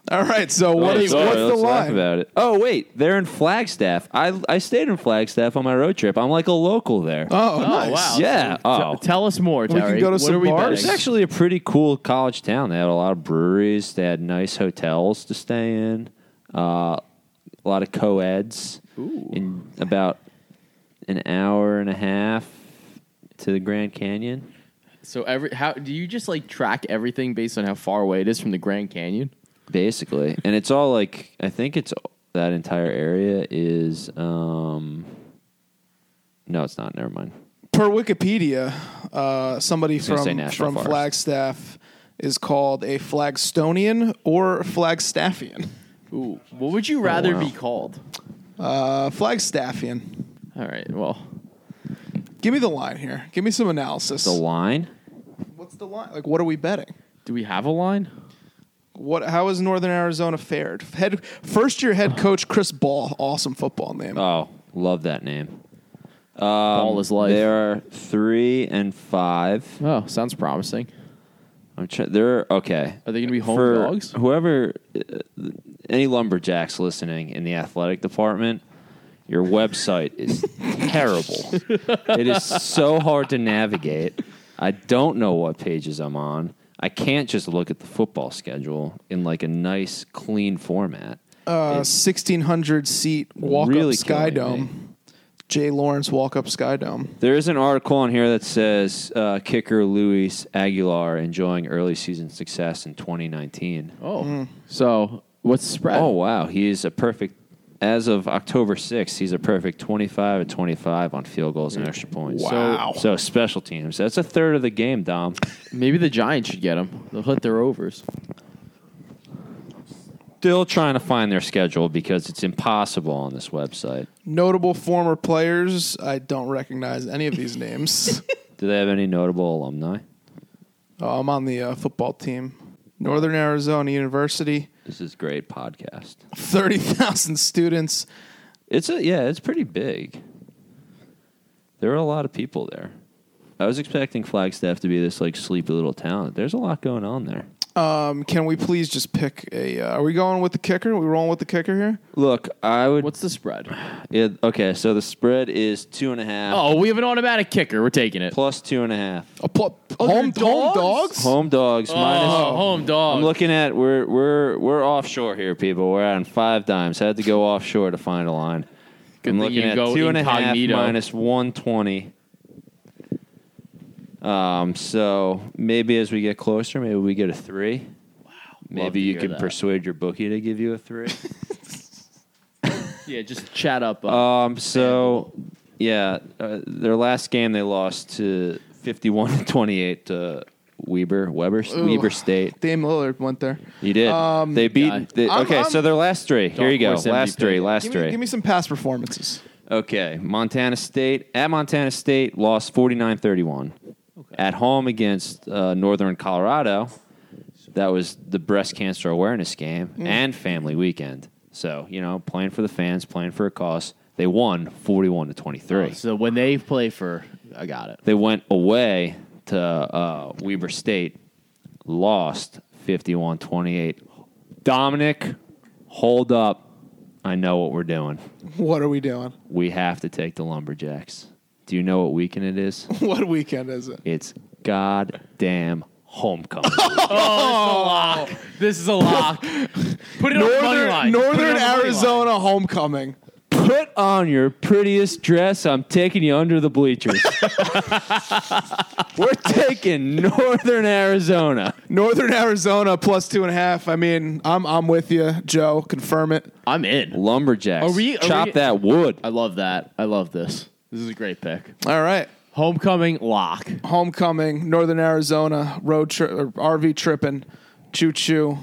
S2: All right, so what
S3: Oh,
S2: is
S3: sorry,
S2: what's the
S3: let's laugh
S2: line?
S3: about it? Oh wait, they're in Flagstaff. I I stayed in Flagstaff on my road trip. I'm like a local there.
S2: Oh,
S1: oh
S2: nice.
S1: wow.
S3: Yeah,
S1: T-
S3: oh.
S1: tell us more,
S2: can
S1: Terry.
S2: go to
S1: what
S2: some
S1: are we
S2: bars.
S3: It's
S1: betting?
S3: actually a pretty cool college town. They had a lot of breweries. They had nice hotels to stay in. Uh, a lot of co-eds.
S1: Ooh.
S3: In about an hour and a half to the Grand Canyon.
S1: So every how do you just like track everything based on how far away it is from the Grand Canyon?
S3: basically and it's all like i think it's that entire area is um no it's not never mind
S2: Per Wikipedia, uh, somebody
S3: gonna say
S2: from
S3: National
S2: from
S3: Forest.
S2: Flagstaff is called a Flagstonian or Flagstaffian.
S1: Ooh, what would
S2: Oh,
S1: you rather
S3: wow.
S1: be called?
S2: Uh, Flagstaffian.
S1: All right. Well,
S2: Give me the line here. Give me some analysis.
S3: The line?
S2: What's the line? Like, what are we betting?
S1: do we have a line?
S2: What? How is Northern Arizona fared? Head first year head coach Chris Ball. Awesome football name.
S3: Oh, love that name. Um,
S1: All is life.
S3: There are three and five.
S1: Oh, sounds promising.
S3: I'm trying. They're okay.
S1: Are they gonna be home
S3: For
S1: dogs?
S3: Whoever, uh, any lumberjacks listening in the athletic department, your website is terrible. It is so hard to navigate. I don't know what pages I'm on. I can't just look at the football schedule in like a nice, clean format.
S2: Uh,
S3: It's-
S2: sixteen hundred seat walk
S3: Really
S2: up Sky
S3: killing me.
S2: Dome. Jay Lawrence walk up Sky Dome.
S3: There is an article on here that says uh, kicker Luis Aguilar enjoying early season success in 2019.
S1: Oh, so what's the spread?
S3: Oh wow, he is a perfect. As of October 6th, he's a perfect 25 and 25 on field goals and extra points.
S2: Wow.
S3: So, so special teams. That's a third of the game, Dom.
S1: maybe the Giants should get him. They'll hit their overs.
S3: Still trying to find their schedule because it's impossible on this website.
S2: Notable former players. I don't recognize any of these names.
S3: Do they have any notable alumni?
S2: Oh, I'm on the uh, football team. Northern Arizona University.
S3: This is great podcast.
S2: Thirty thousand students.
S3: It's a yeah, it's pretty big. There are a lot of people there. I was expecting Flagstaff to be this like sleepy little town. There's a lot going on there.
S2: Um, can we please just pick a? Uh, are we going with the kicker? Are we rolling with the kicker here?
S3: Look, I would.
S1: What's the spread?
S3: Yeah, okay, so the spread is two and a half.
S1: Oh, we have an automatic kicker. We're taking it.
S3: plus two and a half.
S2: A pl-
S1: Oh,
S2: home,
S1: they're
S2: home
S1: dogs?
S2: dogs.
S3: Home dogs minus.
S1: Oh, home dog.
S3: I'm looking at we're we're we're offshore here, people. We're on five dimes. Had to go offshore to find a line.
S1: Good thing
S3: I'm looking
S1: you
S3: at
S1: go
S3: two and a half
S1: incognito.
S3: minus one twenty. Um, so maybe as we get closer, maybe we get a three. Wow.
S1: Love to
S3: Maybe you
S1: hear
S3: can
S1: that.
S3: persuade your bookie to give you a three.
S1: Yeah, just chat up. Uh,
S3: Um. So, yeah, uh, their last game they lost to fifty-one to twenty-eight to Weber Weber Weber State.
S2: Dame Lillard went there.
S3: You did.
S2: Um,
S3: they
S1: guy.
S3: beat. They,
S2: I'm-
S3: okay,
S2: I'm-
S3: so their last three. Here you go.
S1: horse
S3: Last
S1: MVP.
S3: three. Last
S2: Give
S3: three.
S2: me, give me some past performances.
S3: Okay, Montana State at Montana State lost 49-31. At home against uh, Northern Colorado, that was the breast cancer awareness game
S2: Mm.
S3: and family weekend. So you know, playing for the fans, playing for a cause. They won 41 to 23.
S1: so when they play for, I got it.
S3: They went away to uh, Weber State, lost 51 28. Dominic, hold up. I know what we're doing.
S2: What are we doing?
S3: We have to take the Lumberjacks. Do you know what weekend it is?
S2: What weekend is it?
S3: It's goddamn homecoming.
S1: This is a lock. Put it on money
S2: Northern,
S1: line. Put it on
S2: Northern
S1: the money line.
S2: Arizona homecoming.
S3: Put on your prettiest dress. I'm taking you under the bleachers. we're taking Northern Arizona.
S2: Northern Arizona plus two and a half. I mean, I'm I'm with you, Joe. Confirm it.
S1: I'm in.
S3: Lumberjacks.
S1: Are we- are
S3: Chop
S1: we-
S3: that wood.
S1: I love that. I love this. This is a great pick.
S2: All right.
S1: Homecoming lock.
S2: Homecoming, Northern Arizona road trip, RV tripping, choo choo,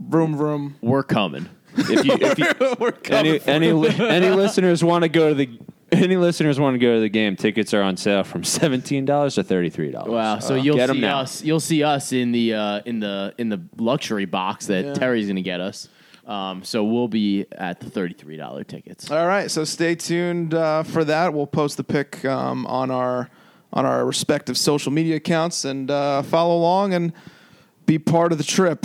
S2: vroom vroom.
S1: We're coming.
S3: If you, if you,
S2: We're
S3: any any li- any listeners want to go to the any listeners want to go to the game? Tickets are on sale from seventeen dollars to thirty three dollars.
S1: Wow. So you'll
S3: Uh, get 'em
S1: see
S3: now.
S1: us. You'll see us in the uh, in the in the luxury box that
S2: Yeah.
S1: Terry's going to get us. Um, so we'll be at the thirty three dollar tickets.
S2: All right, so stay tuned uh, for that. We'll post the pic um, on our on our respective social media accounts and uh, follow along and be part of the trip.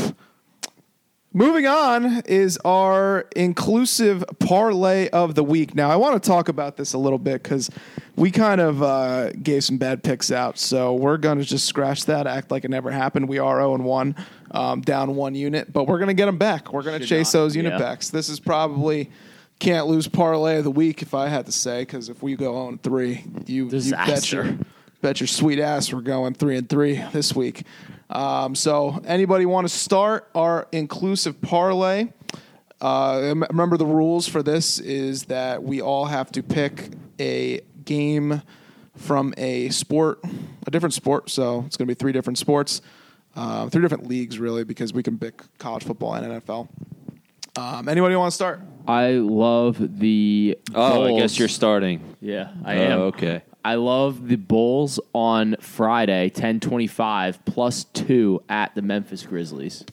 S2: Moving on is our inclusive parlay of the week. Now, I want to talk about this a little bit because we kind of uh, gave some bad picks out. So we're going to just scratch that, act like it never happened. We are 0 1, um, down one unit, but we're going to get them back. We're going to chase
S1: not-
S2: those unit
S1: yeah.
S2: backs. This is probably can't lose parlay of the week if I had to say because if we go 0 3, you, you bet
S1: Disaster.
S2: your bet your sweet ass we're going three and three this week. Um, so anybody want to start our inclusive parlay? Uh, rem- remember the rules for this is that we all have to pick a game from a sport, a different sport. So it's going to be three different sports, uh, three different leagues really, because we can pick college football and NFL. Um, anybody want to start?
S1: I love the.
S3: Oh, I
S1: Bulls.
S3: guess you're starting.
S1: Yeah, I
S3: Oh,
S1: am.
S3: okay.
S1: I love the Bulls on Friday, ten twenty-five plus two at the Memphis Grizzlies.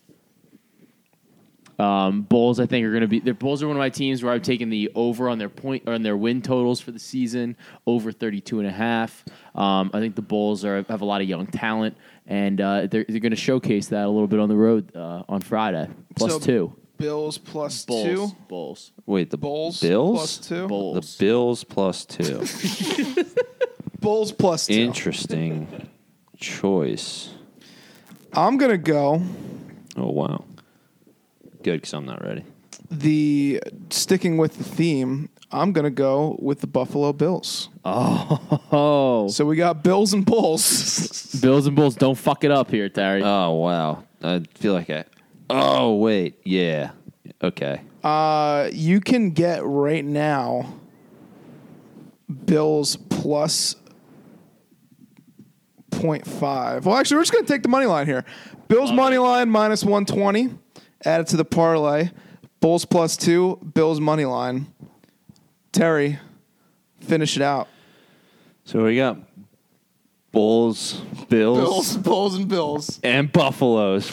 S1: Um, Bulls, I think are going to be. The Bulls are one of my teams where I've taken the over on their point on their win totals for the season over 32 and a half. Um, I think the Bulls are have a lot of young talent, and uh, they're, they're going to showcase that a little bit on the road uh, on Friday. Plus
S2: So,
S1: two,
S2: Bills plus
S1: Bulls,
S2: two.
S1: Bulls,
S3: Wait, the
S2: Bulls
S3: Bills
S2: plus two.
S1: Bulls.
S3: The Bills plus two.
S2: Bulls plus two.
S3: Interesting choice.
S2: I'm gonna go
S3: Oh wow. Good, because I'm not ready.
S2: the sticking with the theme. I'm gonna go with the Buffalo Bills.
S1: oh,
S2: So we got Bills and Bulls.
S1: Bills and Bulls, don't fuck it up here, Terry.
S3: Oh wow. I feel like I. Oh wait, yeah. Okay.
S2: Uh, you can get right now Bills plus 0.5. Well, actually, we're just going to take the money line here. Bills money line minus 120. Add it to the parlay. Bulls plus two. Bills money line. Terry, finish it out.
S3: So we got Bulls, Bills,
S2: Bulls, and Bills.
S3: and Buffaloes.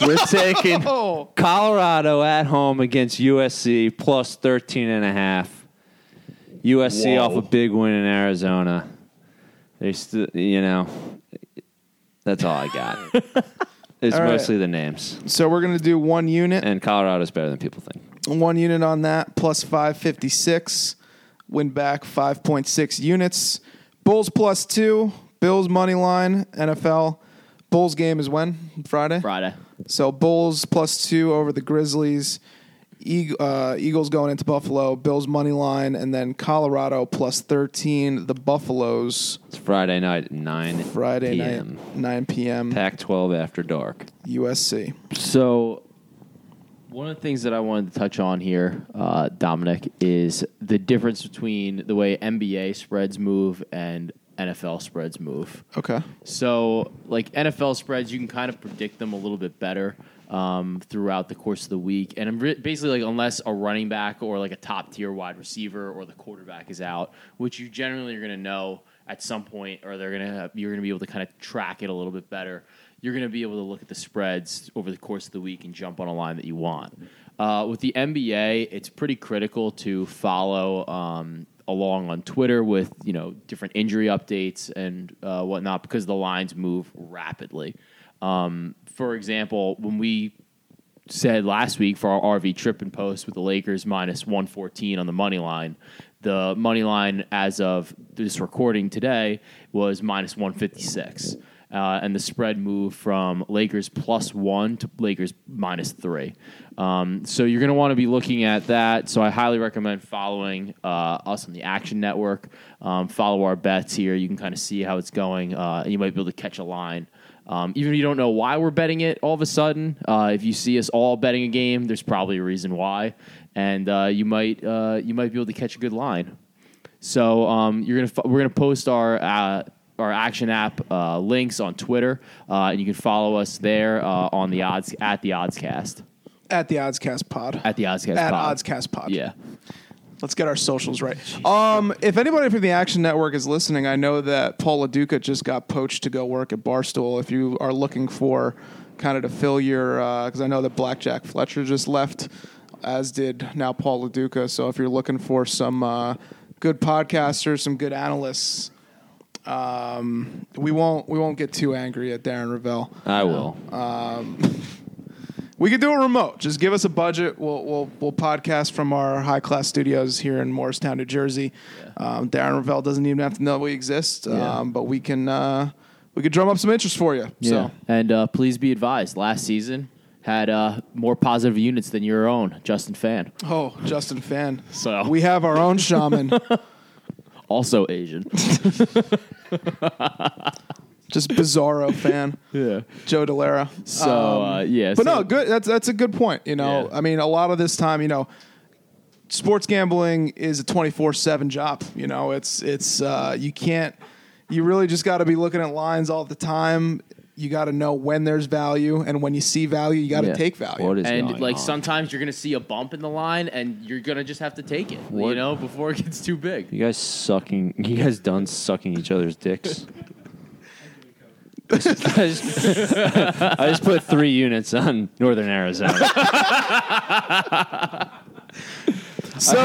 S3: We're taking
S2: Oh,
S3: Colorado at home against USC plus 13 and a half. USC
S1: Whoa.
S3: off a big win in Arizona. They still, you know, that's all I got. it's
S2: All right.
S3: mostly the names.
S2: so we're going to do one unit.
S3: And Colorado's better than people think.
S2: one unit on that plus 556 win back 5.6 units bulls plus two bills money line nfl bulls game is when friday
S1: Friday.
S2: so bulls plus two over the grizzlies Eag- uh, eagles going into buffalo bills money line and then colorado plus 13 the buffaloes
S3: It's Friday night at 9
S2: friday
S3: PM.
S2: night 9 p.m
S3: Pac 12 after dark.
S2: usc
S1: So, one of the things that I wanted to touch on here, uh, Dominic, is the difference between the way NBA spreads move and NFL spreads move.
S2: okay
S1: So, like NFL spreads, you can kind of predict them a little bit better um, throughout the course of the week. And I'm re- basically like, unless a running back or like a top tier wide receiver or the quarterback is out, which you generally are going to know at some point, or they're going to have, you're going to be able to kind of track it a little bit better. You're going to be able to look at the spreads over the course of the week and jump on a line that you want. Uh, with the NBA, it's pretty critical to follow um, along on Twitter with you know different injury updates and uh, whatnot because the lines move rapidly. Um, for example, when we said last week for our RV trip and post with the Lakers minus 114 on the money line. The money line as of this recording today was minus 156. Uh, and the spread moved from Lakers plus one to Lakers minus three. Um, so you're going to want to be looking at that. So I highly recommend following uh, us on the Action Network. Um, follow our bets here. You can kind of see how it's going. Uh, and you might be able to catch a line. Um, even if you don't know why we're betting it all of a sudden, uh, if you see us all betting a game, there's probably a reason why, and uh, you might uh, you might be able to catch a good line. So um, you're gonna f- we're gonna post our uh, our action app uh, links on Twitter, uh, and you can follow us there uh, on the odds at the Oddscast
S2: at the oddscast pod
S1: at the Oddscast
S2: at
S1: pod.
S2: oddscast pod
S1: Yeah,
S2: Let's get our socials right. Um, if anybody from the Action Network is listening, I know that Paul LaDuca just got poached to go work at Barstool. If you are looking for kind of to fill your, because I know that Blackjack Fletcher just left, as did now Paul LaDuca. So if you're looking for some uh, good podcasters, some good analysts, um, we won't we won't get too angry at Darren Ravel.
S3: I will.
S2: We could do it remote. Just give us a budget. We'll we'll, we'll podcast from our high class studios here in Morristown, New Jersey. Um, Darren Ravel doesn't even have to know we exist, um, but we can uh, we could drum up some interest for you. So
S1: and uh, please be advised. Last season had uh, more positive units than your own, Justin Fan,
S2: oh, Justin Fan.
S1: So-
S2: we have our own shaman.
S1: also Asian.
S2: just Bizarro fan.
S1: yeah.
S2: Joe Delara.
S1: So uh, yeah,
S2: Um, But
S1: so-
S2: no, good. That's that's a good point. You know,
S1: Yeah.
S2: I mean, a lot of this time, you know, sports gambling is a twenty four seven job. You know, it's it's uh, you can't. You really just got to be looking at lines all the time. you got to know when there's value, and when you see value, you got to
S1: Yeah.
S2: take value.
S3: What is
S1: and
S3: going
S1: like
S3: on?
S1: sometimes you're gonna see a bump in the line, and you're gonna just have to take it,
S3: What?
S1: you know, before it gets too big.
S3: You guys sucking. You guys done sucking each other's dicks. I, just, I just put three units on Northern Arizona.
S2: so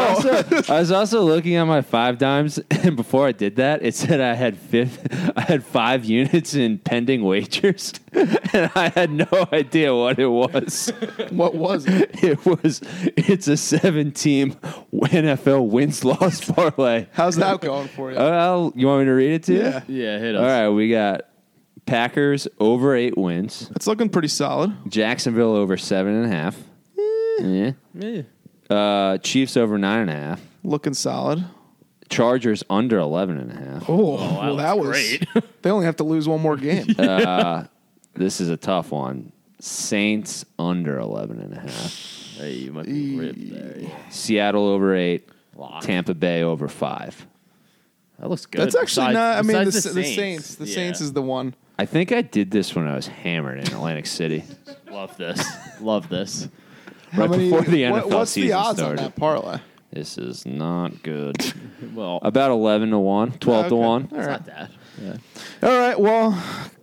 S3: I was also looking at my five dimes, and before I did that, it said I had fifth. I had five units in pending wagers, and I had no idea what it was.
S2: what was it?
S3: It was. It's a seven-team NFL wins-loss parlay.
S2: How's that going for you?
S3: Oh, I'll- you want me to read it to you?
S2: Yeah.
S1: Yeah, hit us.
S3: All right, we got Packers over eight wins,
S2: it's looking pretty solid.
S3: Jacksonville over seven and a half,
S2: Eh.
S3: yeah. Uh, Chiefs over nine and a half,
S2: Looking solid.
S3: Chargers under eleven and a half.
S2: Oh,
S1: that
S2: well, that
S1: was
S2: was.
S1: great.
S2: they only have to lose one more game.
S3: This is a tough one. Saints under eleven and a half,
S1: Hey, you might be ripped there. yeah.
S3: Seattle over eight,
S1: Lock.
S3: Tampa Bay over five.
S1: That looks good.
S2: That's actually
S1: Besides-
S2: not. I mean, the,
S1: besides
S2: the Saints. The Saints,
S1: Yeah.
S2: is the one.
S3: I think I did this when I was hammered in Atlantic City.
S1: love this. love this.
S2: How
S3: Right before the NFL
S2: what's the
S3: season
S2: odds
S3: started.
S2: on that parlay?
S3: This is not good.
S1: Well,
S3: About eleven to one, 12 to
S2: Okay.
S3: one.
S2: All
S1: it's
S2: right.
S1: not that.
S2: All right. Well,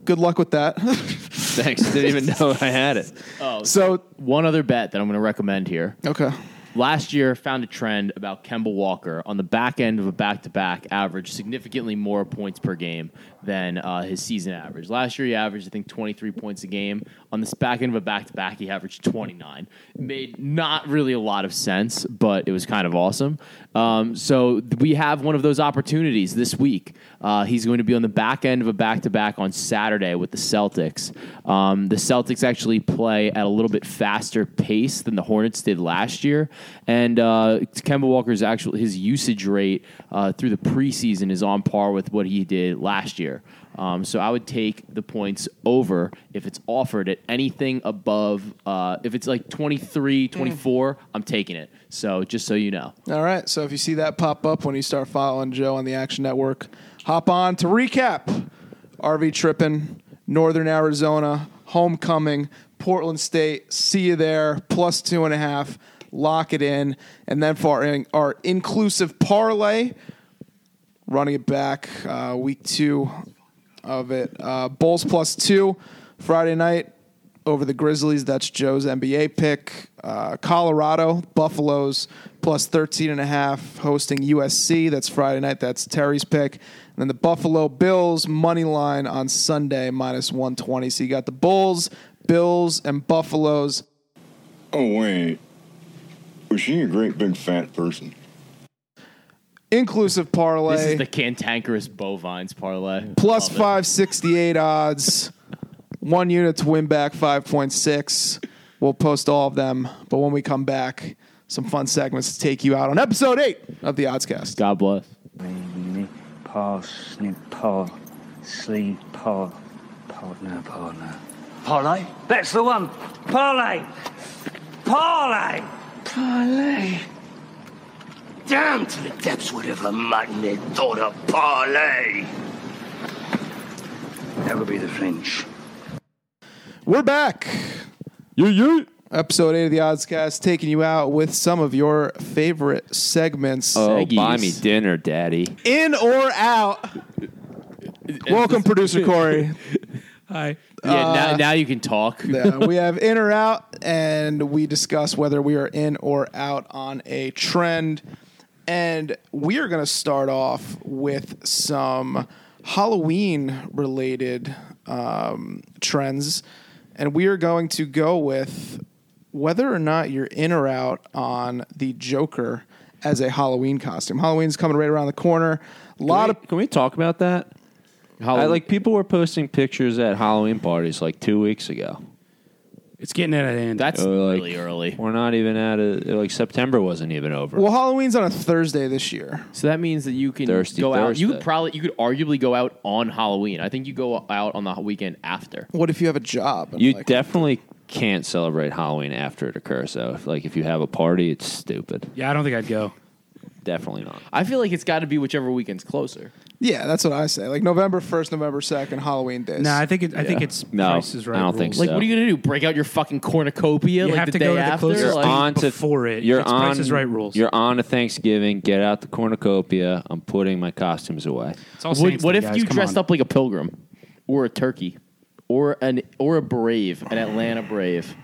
S2: good luck with that.
S3: Thanks. Didn't even know I had it.
S1: Oh,
S2: so
S1: one other bet that I'm going to recommend here.
S2: okay.
S1: Last year, found a trend about Kemba Walker on the back end of a back-to-back average significantly more points per game than uh, his season average. Last year, he averaged I think 23 points a game. On this back end of a back-to-back, he averaged 29. Made not really a lot of sense, but it was kind of awesome. Um, so th- we have one of those opportunities this week. Uh, he's going to be on the back end of a back-to-back on Saturday with the Celtics. Um, the Celtics actually play at a little bit faster pace than the Hornets did last year, and uh, Kemba Walker's actual his usage rate uh, through the preseason is on par with what he did last year. Um, so I would take the points over if it's offered at anything above. Uh, if it's like 23, 24, I'm taking it. So just so you know,
S2: All right. So if you see that pop up when you start following Joe on the Action Network, hop on to recap RV tripping, Northern Arizona, homecoming, Portland State. See you there. Plus two and a half. Lock it in. And then for our, our inclusive parlay, running it back uh, week two of it. Uh, Bulls plus two Friday night over the Grizzlies. That's Joe's NBA pick. Uh, Colorado, Buffaloes plus 13 and a half hosting USC. That's Friday night. That's Terry's pick. And then the Buffalo Bills money line on Sunday minus 120. So you got the Bulls, Bills, and Buffaloes.
S5: Oh, wait. Was she a great big fat person?
S2: Inclusive parlay.
S1: this is the cantankerous bovines parlay.
S2: plus
S1: Love it.
S2: 568 odds. One unit to win back 5.6. We'll post all of them. But when we come back, some fun segments to take you out on episode eight of the Oddscast.
S1: God bless.
S6: Rainy paw, snip paw, sleep paw, partner, partner. Parlay? That's the one. Parlay! Parlay! Parlay. Down to the depths whatever mutton they thought of parlay. That would be the French.
S2: We're back.
S3: Yeah, yeah.
S2: Episode eight of the Oddscast, taking you out with some of your favorite segments
S3: Oh,
S1: Eggies.
S3: buy me dinner, Daddy.
S2: in or out. Welcome, producer Corey.
S7: Hi.
S1: Yeah, now, now you can talk.
S2: Yeah, we have in or out, and we discuss whether we are in or out on a trend. And we are going to start off with some Halloween related um, trends. And we are going to go with whether or not you're in or out on the Joker as a Halloween costume. Halloween's coming right around the corner. A lot
S3: Can
S2: of
S3: we, can we talk about that? I, like people were posting pictures at Halloween parties like two weeks ago.
S7: It's getting out of hand.
S1: That's
S3: Oh, like-
S1: really early.
S3: We're not even at a like September wasn't even over.
S2: well, Halloween's on a Thursday this year.
S1: So that means that you can
S3: Thirsty
S1: go out. You could
S3: Thursday.
S1: probably, you could arguably go out on Halloween. I think you go out on the weekend after.
S2: What if you have a job? and,
S3: you
S2: like,
S3: definitely can't celebrate Halloween after it occurs though. If, like if you have a party, it's stupid.
S7: yeah, I don't think I'd go.
S3: Definitely not.
S1: I feel like it's got to be whichever weekend's closer.
S2: Yeah, that's what I say. Like November first, November second, Halloween days.
S7: No, I think it, I think
S3: Yeah.
S7: it's
S3: No,
S7: Price is Right.
S3: I don't think
S7: rules.
S1: Like,
S3: So-
S1: what are you gonna do? Break out your fucking cornucopia
S7: You
S1: like
S7: have
S1: the
S7: to
S1: day
S7: go to the
S1: after?
S7: closest-
S3: You're
S1: Like,
S3: on to
S7: before it.
S3: You're
S7: It's
S3: on
S7: Price is Right rules.
S3: You're on to Thanksgiving. Get out the cornucopia. I'm putting my costumes away.
S7: It's all
S1: what,
S7: Saints
S1: what
S7: Day,
S1: if
S7: guys,
S1: you
S7: come
S1: dressed
S7: on.
S1: up like a pilgrim, or a turkey, or an or a brave, an Atlanta brave?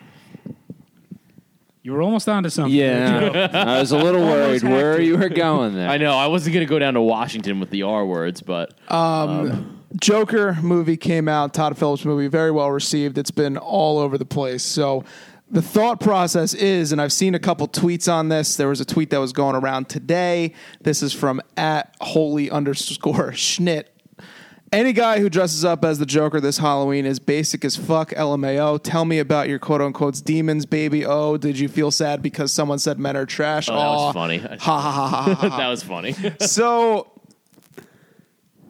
S7: You were almost onto something.
S3: Yeah, I was a little worried
S7: had
S3: where
S7: to.
S3: you were going there.
S1: I know I wasn't gonna go down to Washington with the R words, but
S2: Joker movie came out, Todd Phillips movie, very well received. It's been all over the place. So the thought process is, and I've seen a couple tweets on this. There was a tweet that was going around today. This is from at holy underscore schnit. Any guy who dresses up as the Joker this Halloween is basic as fuck. LMAO. Tell me about your quote unquote demons, baby. Oh, did you feel sad because someone said men are trash?
S1: oh, that
S2: Aw.
S1: was funny. Ha ha ha ha! that was funny.
S2: so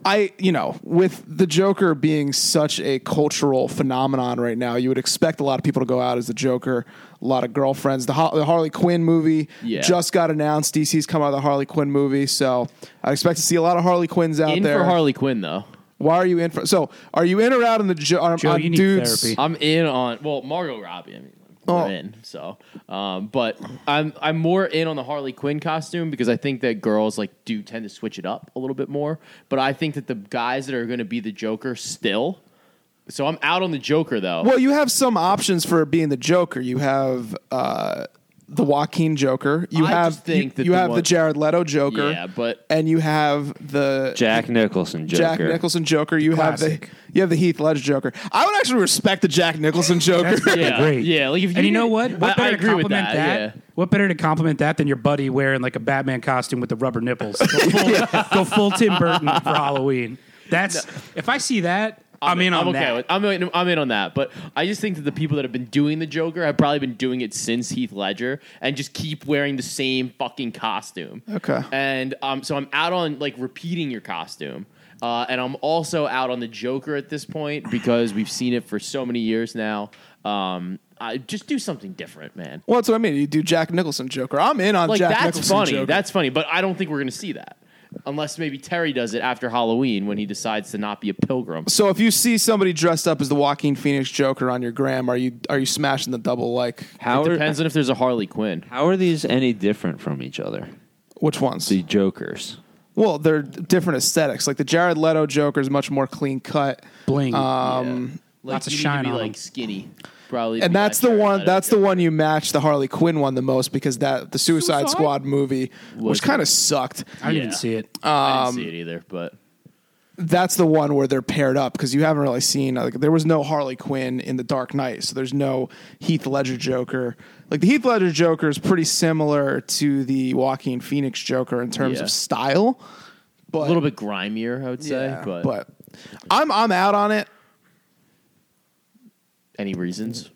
S2: I, you know, with the Joker being such a cultural phenomenon right now, you would expect a lot of people to go out as the Joker, a lot of girlfriends. The, Har- the Harley Quinn movie
S1: Yeah.
S2: just got announced. DC's come out with a Harley Quinn movie, so I expect to see a lot of Harley Quinns out
S1: In
S2: there.
S1: for Harley Quinn though.
S2: Why are you in for? So, are you in or out on the jo- on,
S7: Joe,
S2: on
S7: you need
S2: dudes?
S7: therapy.
S1: I'm in on well Margot Robbie. I mean, we're
S2: Oh.
S1: in so, um, but I'm I'm more in on the Harley Quinn costume because I think that girls like do tend to switch it up a little bit more. But I think that the guys that are going to be the Joker still. So I'm out on the Joker though.
S2: Well, you have some options for being the Joker. You have uh, the Joaquin Joker. You
S1: I
S2: have
S1: just think
S2: you,
S1: that
S2: you
S1: the
S2: have the
S1: one-
S2: Jared Leto Joker.
S1: Yeah, but-
S2: and you have the
S3: Jack Nicholson Joker.
S2: Jack Nicholson Joker. You have the
S7: Classic.
S2: you have the Heath Ledger Joker. I would actually respect the Jack Nicholson Joker.
S7: That's-
S1: yeah,
S7: Great.
S1: yeah. Like if you
S7: and you know
S1: did-
S7: what? What
S1: I,
S7: better
S1: I
S7: to
S1: agree with
S7: compliment
S1: that.
S7: that?
S1: Yeah.
S7: What better to compliment that than your buddy wearing like a Batman costume with the rubber nipples? Go full, go full Tim Burton for Halloween. That's if I see that, I'm, in on
S1: I'm okay
S7: that.
S1: With, I'm, in, I'm in on that, but I just think that the people that have been doing the Joker have probably been doing it since Heath Ledger and just keep wearing the same fucking costume.
S2: Okay.
S1: And um, so I'm out on like repeating your costume. Uh, and I'm also out on the Joker at this point because we've seen it for so many years now. Um, I, just do something different, man.
S2: well, that's what I mean. You do Jack Nicholson Joker. I'm in on
S1: Like
S2: Jack
S1: that's
S2: Nicholson
S1: funny.
S2: Joker.
S1: That's funny, but I don't think we're gonna see that unless maybe Terry does it after Halloween when he decides to not be a pilgrim.
S2: so if you see somebody dressed up as the Joaquin Phoenix Joker on your gram, are you are you smashing the double like
S3: How
S1: it
S3: are
S1: depends on if there's a Harley Quinn.
S3: how are these any different from each other?
S2: which ones?
S3: The Jokers.
S2: Well, they're different aesthetics. Like the Jared Leto Joker is much more clean cut.
S7: Bling.
S1: Uh,
S2: Um,
S1: Like,
S7: Lots of
S1: you need
S7: shine
S1: to be
S7: on
S1: like
S7: 'em.
S1: skinny, probably.
S2: and that's the one. That's the one you match the Harley Quinn one the most because that the Suicide,
S7: Suicide?
S2: Squad movie, which kind of sucked.
S7: I didn't
S1: yeah.
S7: see it.
S1: I didn't see it either, but
S2: That's the one where they're paired up because you haven't really seen. Like, there was no Harley Quinn in the Dark Knight, so there's no Heath Ledger Joker. Like the Heath Ledger Joker is pretty similar to the Joaquin Phoenix Joker in terms
S1: Yeah.
S2: of style, but
S1: a little bit grimier, I would say.
S2: yeah,
S1: but,
S2: but I'm I'm out on it.
S1: any reasons?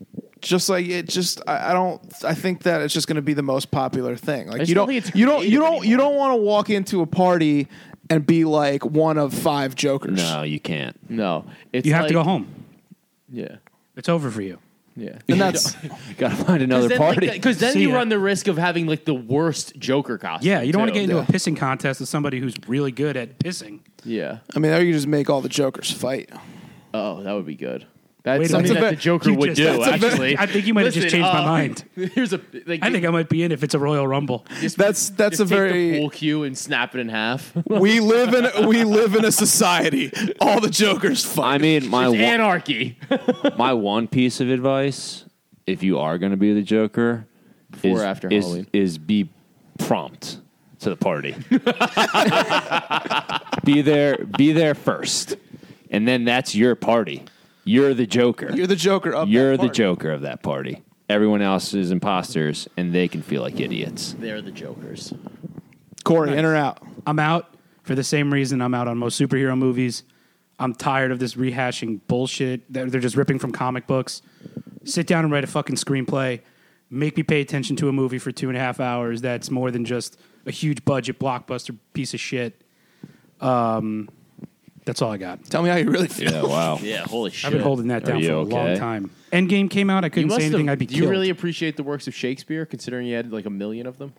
S2: just like it just I, I don't I think that it's just going to be the most popular thing. Like
S1: just
S2: you
S1: don't
S2: don't,
S1: think it's
S2: you don't you
S1: creative
S2: don't you
S1: anymore.
S2: don't want to walk into a party and be like one of five jokers.
S3: No, you can't.
S1: No, it's
S7: You have to
S1: like-
S7: go home.
S1: Yeah,
S7: It's over for you.
S1: yeah.
S2: And that's
S3: Got to find another
S1: then,
S3: party.
S1: because then
S7: See
S1: you
S7: ya.
S1: run the risk of having like the worst Joker costume.
S7: Yeah, you don't want to
S1: too.
S7: get into a pissing contest with somebody who's really good at pissing.
S1: Yeah.
S2: I mean, or you just make all the jokers fight.
S1: Oh, that would be good. That's
S7: Wait a
S1: something
S2: minute.
S1: that the Joker
S7: You
S1: would
S7: just-
S1: do.
S7: that's a very-
S1: Actually,
S7: I think you might have just
S1: Listen,
S7: changed my
S1: uh,
S7: mind.
S1: Here's a. Like,
S7: I think I might be in if it's a Royal Rumble.
S1: just-
S2: That's- that's
S1: just
S2: a
S1: take the
S2: very-
S1: pool cue and snap it in half.
S2: We live in we live in a society. All the jokers
S3: I
S2: fight.
S3: mean, my one,
S1: Anarchy.
S3: my one piece of advice, if you are going to be the Joker,
S1: Before
S3: is,
S1: or after
S3: is,
S1: Halloween?
S3: is be prompt to the party. be there, be there first, and then that's your party. You're the Joker.
S2: You're the Joker of
S3: You're
S2: that
S3: the
S2: party.
S3: Joker of that party. Everyone else is imposters, and they can feel like idiots.
S1: They're the Jokers.
S2: Corey, in or out?
S7: I'm out for the same reason I'm out on most superhero movies. I'm tired of this rehashing bullshit that they're just ripping from comic books. Sit down and write a fucking screenplay. Make me pay attention to a movie for two and a half hours that's more than just a huge budget blockbuster piece of shit. Um, that's all I got.
S2: Tell me how you really feel.
S3: Yeah, wow.
S1: Yeah, holy shit.
S7: I've been holding that
S3: Are
S7: down
S3: you
S7: for a long
S3: okay?
S7: time. Endgame came out. I couldn't say anything. I'd be
S1: do you
S7: killed.
S1: really appreciate the works of Shakespeare, considering you had like a million of them?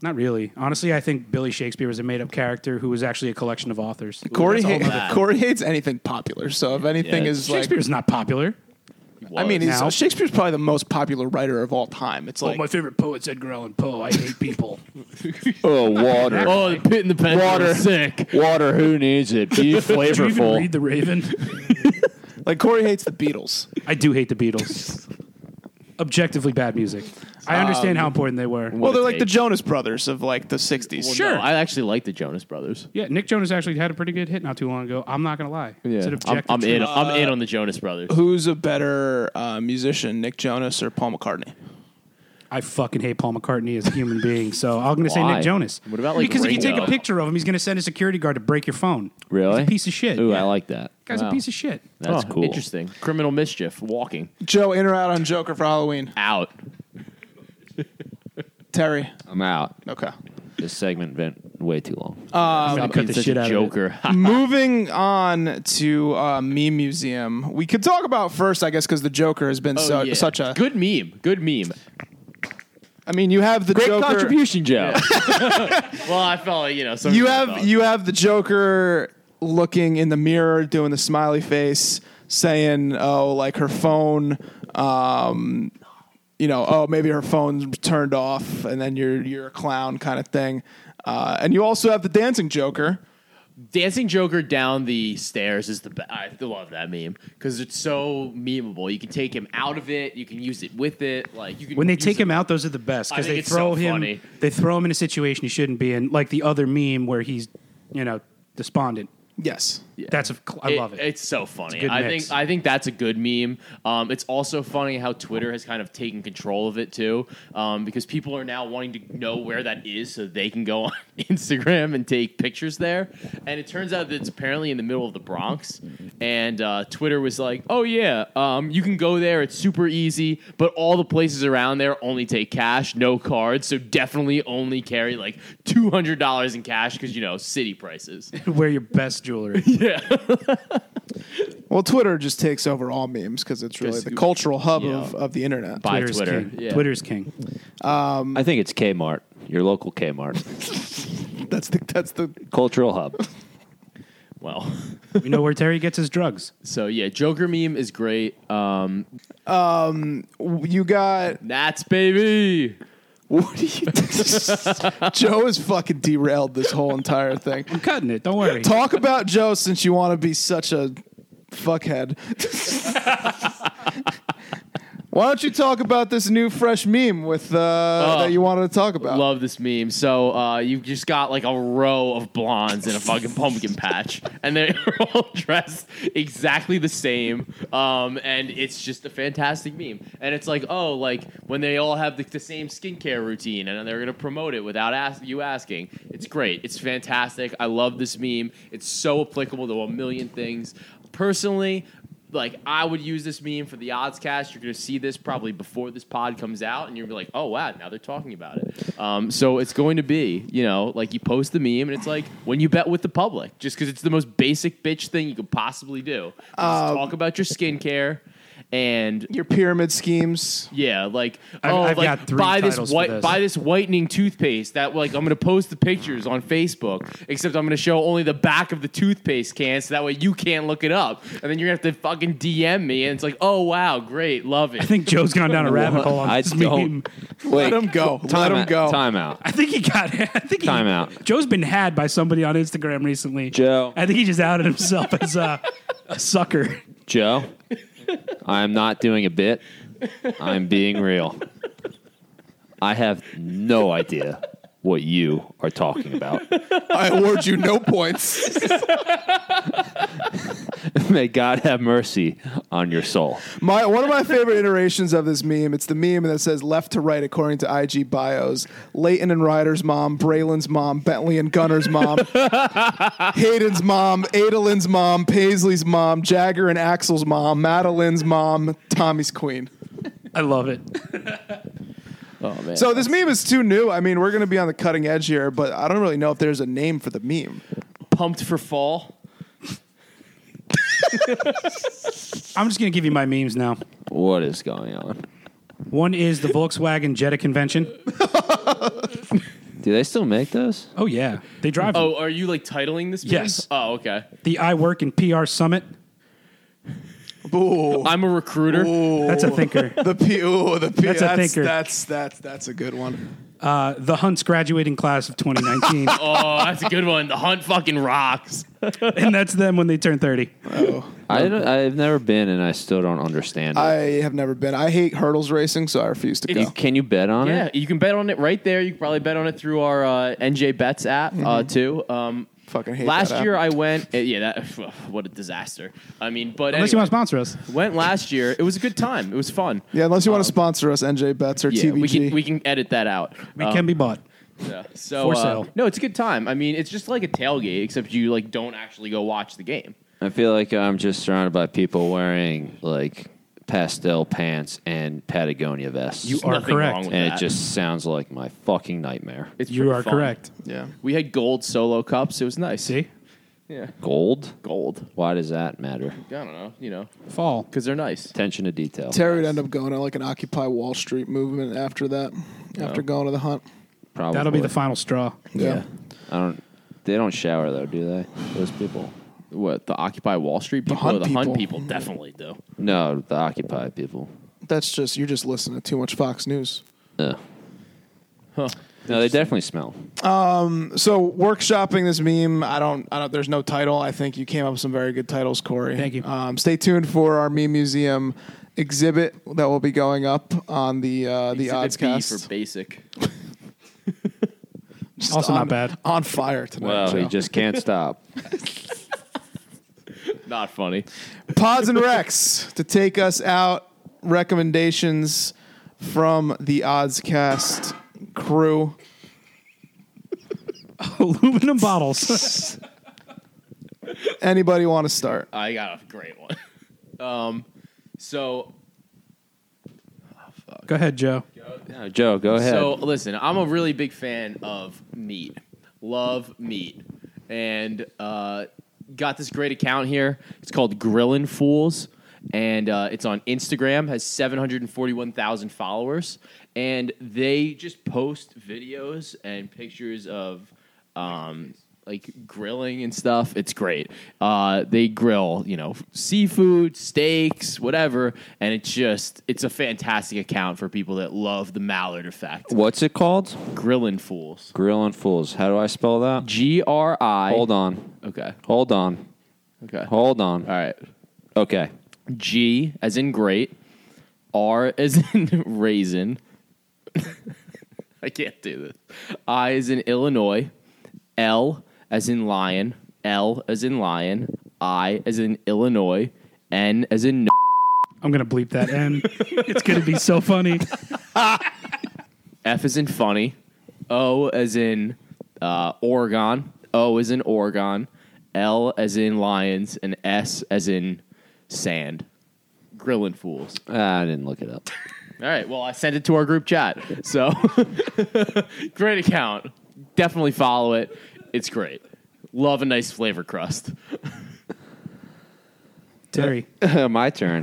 S7: Not really. Honestly, I think Billy Shakespeare was a made up character who was actually a collection of authors.
S2: Corey,
S7: that's a whole
S2: hate-
S7: nother-
S2: Corey hates anything popular. So if anything
S1: Yeah.
S2: is like,
S7: Shakespeare's not popular.
S2: I mean, he's,
S7: Now. Oh
S2: Shakespeare's probably the most popular writer of all time. It's like
S7: favorite poet's Edgar Allan Poe. I hate people.
S3: Oh, water.
S1: Oh, the pit in the pen.
S3: Water.
S1: Sick.
S3: Water, who needs it? Be
S7: Did you even
S3: flavorful.
S7: read The Raven?
S2: like Corey hates the Beatles.
S7: I do hate the Beatles. Objectively bad music. I understand how important they were.
S2: Well, they're
S1: a
S2: like the
S1: take.
S2: Jonas Brothers of like the '60s.
S1: Well, no, I actually like the Jonas Brothers.
S7: yeah, Nick Jonas actually had a pretty good hit not too long ago. I'm not gonna lie. It's an
S1: I'm,
S7: objective
S1: I'm in.
S7: truth.
S1: I'm in on the Jonas Brothers.
S2: Who's a better uh, musician, Nick Jonas or Paul McCartney?
S7: I fucking hate Paul McCartney as a human being, so I'm gonna say
S3: Why?
S7: Nick Jonas.
S1: What about, like,
S7: because if you take
S1: Ringo?
S7: a picture of him, he's gonna send a security guard to break your phone.
S3: Really?
S7: He's a piece of shit.
S3: Ooh,
S7: Yeah.
S3: I like that.
S7: Guy's
S1: Wow.
S7: a piece of shit.
S3: That's
S1: Oh,
S3: cool.
S1: Interesting. Criminal mischief. Walking
S2: Joe, in or out on Joker for Halloween?
S1: out.
S2: Terry.
S3: I'm out.
S2: Okay.
S3: This segment went way too long.
S7: I'm gonna cut the
S1: Such
S7: shit
S1: a
S7: out of it.
S1: Joker.
S2: Moving on to uh, meme museum, we could talk about first, I guess, because the Joker has been
S1: Oh,
S2: so,
S1: yeah.
S2: such a.
S1: good meme. Good meme.
S2: I mean, you have the
S3: Great
S2: Joker.
S3: contribution, Joe.
S1: Well, I felt like, you know. some
S2: You
S1: people
S2: have
S1: felt-
S2: you have the Joker looking in the mirror, doing the smiley face, saying, "Oh, like her phone." Um, you know, oh, maybe her phone's turned off, and then you're you're a clown kind of thing. Uh, and you also have the dancing Joker.
S1: dancing Joker down the stairs is the best. I love that meme because it's so memeable. You can take him out of it. You can use it with it. Like you can
S7: When they
S1: use
S7: take
S1: it-
S7: him out, those are the best
S1: I
S7: because
S1: think
S7: they
S1: it's
S7: throw
S1: so
S7: him.
S1: funny.
S7: They throw him in a situation he shouldn't be in, like the other meme where he's, you know, despondent.
S2: Yes.
S7: That's a. cl- I love it.
S1: It's so funny.
S7: It's a good
S1: I
S7: mix.
S1: think I think that's a good meme. Um, it's also funny how Twitter has kind of taken control of it too, um, because people are now wanting to know where that is so they can go on Instagram and take pictures there. And it turns out that it's apparently in the middle of the Bronx, and uh, Twitter was like, "Oh yeah, um, you can go there. It's super easy, but all the places around there only take cash, no cards. So definitely only carry like two hundred dollars in cash because you know city prices."
S7: Wear your best jewelry.
S2: Well, Twitter just takes over all memes because it's really
S1: Just-
S2: the cultural hub
S1: yeah.
S2: of, of the internet.
S1: By
S7: Twitter's
S1: Twitter,
S7: king.
S1: Yeah.
S7: Twitter's king.
S3: I think it's Kmart, your local Kmart,
S2: That's the that's the
S3: cultural hub.
S1: Well,
S7: You know where Terry gets his drugs?
S1: so yeah, Joker meme is great. Um,
S2: you got.
S1: Nats baby.
S2: What are you? Joe has fucking derailed this whole entire thing.
S7: I'm cutting it. Don't worry.
S2: Talk about Joe since you want to be such a fuckhead. Why don't you talk about this new fresh meme with uh, that you wanted to talk about?
S1: Love this meme. So uh, you've just got like a row of blondes in a fucking pumpkin patch, and they're all dressed exactly the same. Um, and it's just a fantastic meme. And it's like, oh, like when they all have the, the same skincare routine, and they're gonna promote it without ask, you asking. It's great. It's fantastic. I love this meme. It's so applicable to a million things. Personally, like I would use this meme for the odds cast. You're going to see this probably before this pod comes out, and you're gonna be like, "Oh wow, now they're talking about it." Um, so it's going to be, you know, like you post the meme, and it's like when you bet with the public, just because it's the most basic bitch thing you could possibly do. Just talk about your skincare, and
S2: Your pyramid schemes.
S1: yeah, like
S7: I've-
S1: oh,
S7: I've
S1: like
S7: got three
S1: buy this
S7: titles for
S1: white
S7: this.
S1: buy this whitening toothpaste that like I'm gonna post the pictures on Facebook, except I'm gonna show only the back of the toothpaste can, so that way you can't look it up, and then you're gonna have to fucking DM me, and it's like, oh wow, great, love it.
S7: I think Joe's gone down a rabbit hole on
S3: I
S7: this meme.
S3: don't. Wait,
S2: Let him go. Let him
S3: out,
S2: go.
S3: Time out.
S7: I think he got. I think he,
S3: Time out.
S7: Joe's been had by somebody on Instagram recently.
S3: Joe.
S7: I think he just outed himself as a, a sucker.
S3: Joe, I'm not doing a bit. I'm being real. I have no idea what you are talking about.
S2: I award you no points.
S3: May God have mercy on your soul.
S2: My one of my favorite iterations of this meme. It's the meme that says left to right according to IG bios. Leighton and Ryder's mom, Braylon's mom, Bentley and Gunner's mom, Hayden's mom, Adelin's mom, Paisley's mom, Jagger and Axel's mom, Madeline's mom, Tommy's queen.
S7: I love it.
S1: oh man,
S2: So this meme is too new. I mean, we're going to be on the cutting edge here, but I don't really know if there's a name for the meme.
S1: pumped for fall.
S7: I'm just gonna give you my memes now.
S3: What is going on?
S7: One is the Volkswagen Jetta convention.
S3: Do they still make those?
S7: Oh yeah, they drive. them.
S1: Oh, are you like titling this? piece?
S7: Yes.
S1: Oh, okay.
S7: The I Work in PR Summit.
S2: Ooh.
S1: I'm a recruiter.
S7: That's a thinker.
S2: The P. Ooh, the P. That's
S7: That's a
S2: that's,
S7: thinker.
S2: that's that's that's a good one.
S7: Uh, the Hunt's graduating class of 2019,
S1: Oh, that's a good one. The hunt fucking rocks.
S7: and that's them when they turn 30.
S3: I don't, I've never been, and I still don't understand. It.
S2: I have never been. I hate hurdles racing, so I refuse to
S1: It's-
S2: go.
S3: Can you bet on
S1: Yeah,
S3: it?
S1: you can bet on it right there. You can probably bet on it through our uh, NJ Bets app
S7: Mm-hmm.
S1: uh, too. Um,
S2: Fucking hate
S1: last
S2: that app.
S1: year I went. eh, yeah, that what a disaster. I mean, but
S7: Unless you
S1: anyway,
S7: want to sponsor us,
S1: went last year. It was a good time. It was fun.
S2: Yeah, unless you want to sponsor us, NJ Betts or
S1: Um, Yeah,
S2: TBG.
S1: we can we can edit that out.
S7: we
S1: Um,
S7: can be bought.
S1: yeah. So
S7: for
S1: uh,
S7: sale.
S1: no, it's a good time. I mean, it's just like a tailgate, except you like don't actually go watch the game.
S3: I feel like I'm just surrounded by people wearing like pastel pants and Patagonia vests.
S7: You
S1: There's
S7: are
S1: nothing
S7: correct.
S1: wrong with
S3: and
S1: that.
S3: it just sounds like my fucking nightmare.
S1: It's
S7: You
S1: pretty
S7: are
S1: fun.
S7: correct.
S2: yeah.
S1: We had gold solo cups. It was nice.
S7: See,
S3: Gold?
S1: Gold.
S3: Why does that matter?
S1: I don't know. You know,
S7: fall.
S1: because they're nice.
S3: Attention to detail.
S2: Terry would end up going to like an Occupy Wall Street movement after that, after going to the hunt.
S3: Probably.
S7: That'll be the final straw.
S2: Yeah.
S3: I don't. They don't shower though, do they? Those people.
S1: What the Occupy Wall Street people?
S2: Hunt
S1: or the Hunt
S2: people.
S1: people definitely do.
S3: No, the Occupy people.
S2: That's just, you're just listening to too much Fox News.
S3: Ugh. No, they definitely smell.
S2: So, workshopping this meme, I don't, I don't, there's no title. I think you came up with some very good titles, Corey.
S7: Thank you.
S2: Um, stay tuned for our Meme Museum exhibit that will be going up on the, uh, the
S1: Exhibit B
S2: Oddscast.
S1: for basic.
S2: Just
S7: Also not
S2: on-
S7: bad.
S2: On fire tonight.
S1: Oh,
S3: Well,
S2: Joe.
S3: he just can't stop.
S1: Not funny.
S2: Pods and Rex to take us out. Recommendations from the Oddscast crew.
S7: Aluminum bottles.
S2: Anybody want to start?
S1: I got a great one. Um, so
S7: Go ahead, Joe.
S3: No, Uh, Joe, go ahead.
S1: So listen, I'm a really big fan of meat. Love meat, and uh, got this great account here. It's called Grillin' Fools, and uh, it's on Instagram. Has 741,000 followers, and they just post videos and pictures of. Um, like grilling and stuff, it's great. Uh, they grill, you know, seafood, steaks, whatever, and it's just it's a fantastic account for people that love the Mallard effect.
S3: What's it called?
S1: Grillin' fools.
S3: Grill and Fools. How do I spell that?
S1: G R I.
S3: Hold on.
S1: Okay.
S3: Hold on.
S1: Okay. All
S3: Hold on.
S1: right.
S3: Okay.
S1: G as in great. R as in raisin. I can't do this. I as in Illinois. L as in lion. L as in lion. I as in Illinois. N as in no.
S7: I'm gonna bleep that, and it's gonna be so funny.
S1: F is in funny. O as in uh, Oregon. O as in Oregon. L as in lions. And S as in sand. Grilling fools.
S3: Ah, I didn't look it up.
S1: All right. Well, I sent it to our group chat. So great account. Definitely follow it. It's great. Love a nice flavor crust.
S7: Terry,
S3: My turn.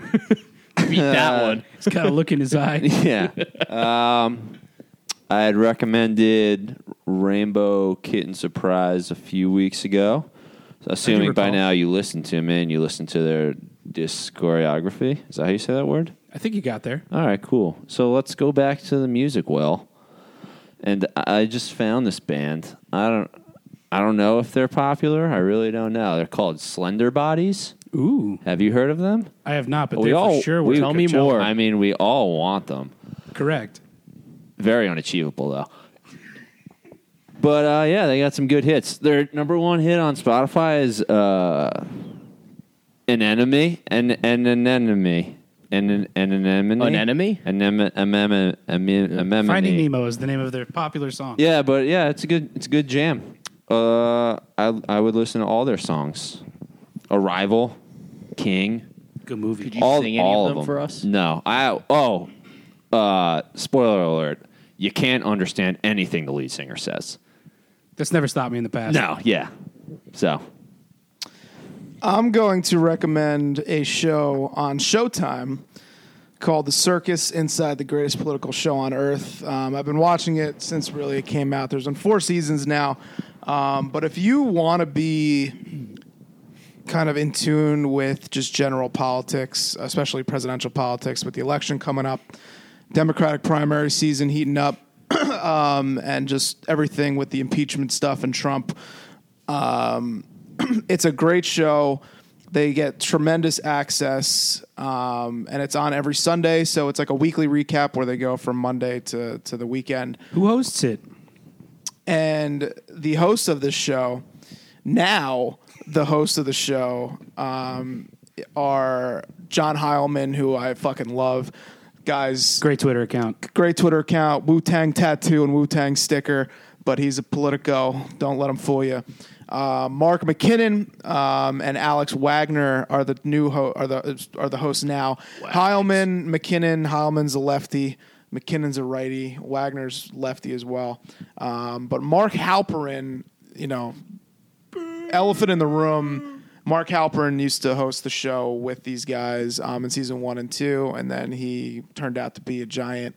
S1: Beat that one.
S7: he's got a look in his eye.
S3: yeah. Um, I had recommended Rainbow Kitten Surprise a few weeks ago. So assuming by
S7: recall.
S3: now you listened to me and you listened to their disc choreography. Is that how you say that word?
S7: I think you got there.
S3: All right, cool. So let's go back to the music well. And I I just found this band. I don't I don't know if they're popular. I really don't know. They're called Slender Bodies.
S7: Ooh,
S3: Have you heard of them?
S7: I have not, but
S3: we
S7: they
S3: all
S7: for sure.
S3: we,
S7: were
S3: tell me
S7: Coachella.
S3: more. I mean, we all want them.
S7: Correct.
S3: very unachievable though. But uh, yeah, they got some good hits. Their number one hit on Spotify is uh, an enemy and an an enemy and an an enemy
S1: An enemy?
S3: an enemy
S7: Finding Nemo is the name of their popular song.
S3: Yeah, but yeah, it's a good it's a good jam. Uh, I I would listen to all their songs. Arrival, King,
S7: Good movie.
S1: you sing any of them for us?
S3: No. I oh, uh, spoiler alert. You can't understand anything the lead singer says.
S7: That's never stopped me in the past.
S3: No, yeah. So
S2: I'm going to recommend a show on Showtime called The Circus Inside the Greatest Political Show on Earth. Um, I've been watching it since really it came out. There's been four seasons now. Um, but if you want to be kind of in tune with just general politics, especially presidential politics, with the election coming up, Democratic primary season heating up, um, and just everything with the impeachment stuff and Trump. Um, it's a great show. They get tremendous access, um, and it's on every Sunday. So it's like a weekly recap where they go from Monday to, to the weekend
S7: Who hosts it?
S2: and the host of this show, now the host of the show, um, are John Heilman, who I fucking love. Guys,
S7: Great Twitter account.
S2: great Twitter account, Wu Tang tattoo and Wu Tang sticker, but he's a Politico. Don't let him fool you. Uh, Mark McKinnon um, and Alex Wagner are the new ho- are the are the hosts now. Heilman, McKinnon, Heilman's a lefty, McKinnon's a righty, Wagner's lefty as well. Um, but Mark Halperin, you know, elephant in the room. Mark Halperin used to host the show with these guys um, in season one and two, and then he turned out to be a giant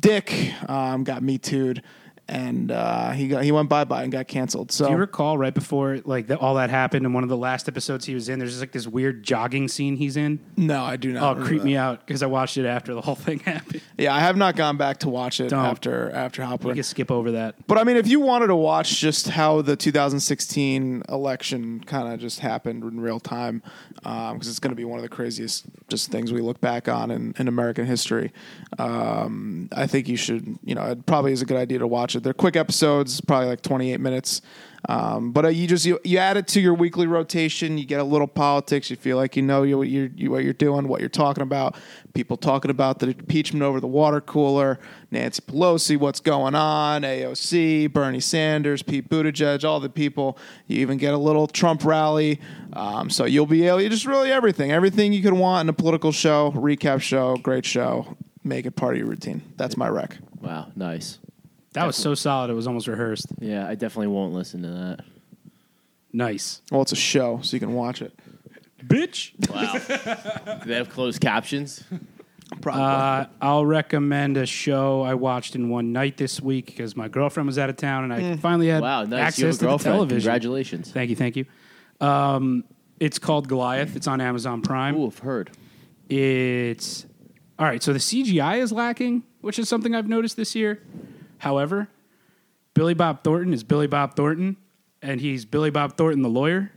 S2: dick. Um, got me tooed, and uh, he got he went bye bye and got canceled. So
S7: Do you recall right before like that all that happened in one of the last episodes he was in? There's just like this weird jogging scene he's in.
S2: no, I do not.
S7: Oh,
S2: remember
S7: creep
S2: that.
S7: me out because I watched it after the whole thing happened.
S2: Yeah, I have not gone back to watch it
S7: Don't.
S2: after after Halperin.
S7: I can skip over that.
S2: But I mean, if you wanted to watch just how the 2016 election kind of just happened in real time, because it's going to be one of the craziest just things we look back on in, in American history, um, I think you should, you know, it probably is a good idea to watch it. They're quick episodes, probably like 28 minutes. Um, but uh, you just you, you add it to your weekly rotation. You get a little politics. You feel like you know you, what you're you, what you're doing, what you're talking about. People talking about the impeachment over the water cooler, Nancy Pelosi, what's going on, AOC, Bernie Sanders, Pete Buttigieg, all the people. You even get a little Trump rally. Um, so you'll be able you just really everything, everything you could want in a political show, recap show, great show. Make it part of your routine. That's my rec.
S1: Wow, nice.
S7: That was so solid. It was almost rehearsed.
S1: Yeah, I definitely won't listen to that.
S7: Nice.
S2: Well, it's a show, so you can watch it.
S7: Bitch.
S1: Wow. Do they have closed captions?
S2: Probably.
S7: Uh, I'll recommend a show I watched in one night this week because my girlfriend was out of town and I
S2: Mm.
S7: finally had
S1: Wow, nice. You have
S7: access
S1: a
S7: to the
S1: girlfriend.
S7: television.
S1: Congratulations.
S7: Thank you, thank you. Um, it's called Goliath. It's on Amazon Prime.
S1: Ooh, I've heard.
S7: It's all right. So the CGI is lacking, which is something I've noticed this year. However, Billy Bob Thornton is Billy Bob Thornton, and he's Billy Bob Thornton, the lawyer.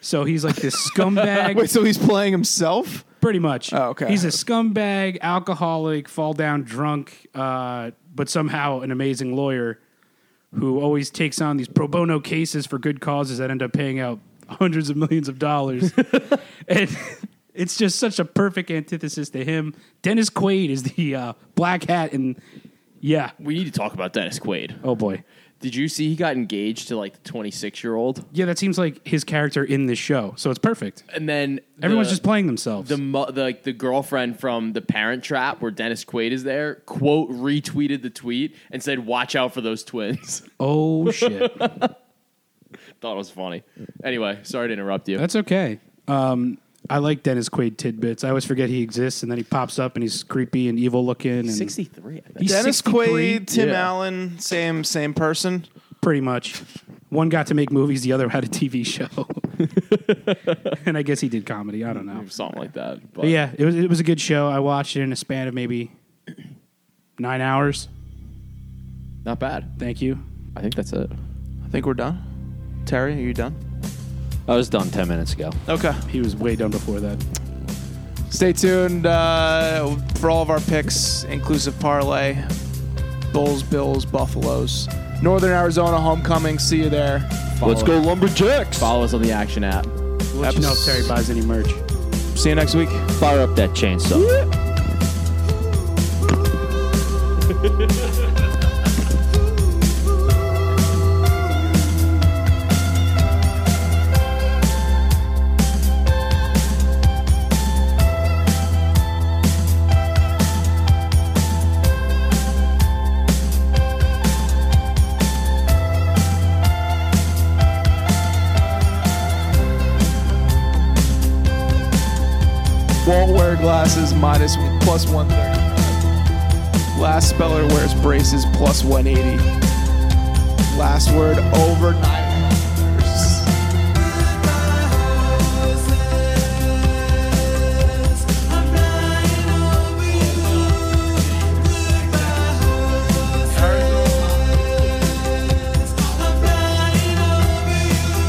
S7: So he's like this scumbag.
S2: Wait, so he's playing himself?
S7: Pretty much.
S2: Oh, okay.
S7: He's a scumbag, alcoholic, fall down drunk, uh, but somehow an amazing lawyer who always takes on these pro bono cases for good causes that end up paying out hundreds of millions of dollars. and it's just such a perfect antithesis to him. Dennis Quaid is the uh, black hat, and yeah.
S1: We need to talk about Dennis Quaid.
S7: Oh, boy.
S1: Did you see he got engaged to like the 26 year old?
S7: Yeah, that seems like his character in this show. So it's perfect.
S1: And then the-
S7: Everyone's just playing themselves.
S1: The, mo- the like the girlfriend from the Parent Trap, where Dennis Quaid is there, quote retweeted the tweet and said, "Watch out for those twins."
S7: oh, shit.
S1: Thought it was funny. Anyway, sorry to interrupt you.
S7: That's okay. Um, I like Dennis Quaid tidbits. I always forget he exists, and then he pops up and he's creepy and evil looking. And
S1: 63. I think.
S7: He's
S2: Dennis
S7: 63?
S2: Quaid, Tim
S1: Yeah.
S2: Allen, same same person.
S7: pretty much. One got to make movies, the other had a TV show. and I guess he did comedy. I don't know.
S1: Something like that. But
S7: But yeah, it was it was a good show. I watched it in a span of maybe nine hours.
S1: not bad.
S7: Thank you.
S1: I think that's it.
S2: I think we're done. Terry, are you done?
S3: I was done 10 minutes ago.
S2: Okay.
S7: He was way done before that.
S2: Stay tuned uh, for all of our picks, inclusive parlay, Bulls, Bills, Buffaloes, Northern Arizona homecoming. See you there.
S3: Let's go, Lumberjacks.
S1: Follow us on the Action app.
S7: We'll let you know if Terry buys any merch.
S2: See you next week.
S3: Fire up that chainsaw.
S2: Won't wear glasses. Minus. plus 130. Last speller wears braces plus 180. Last word over nine. letters.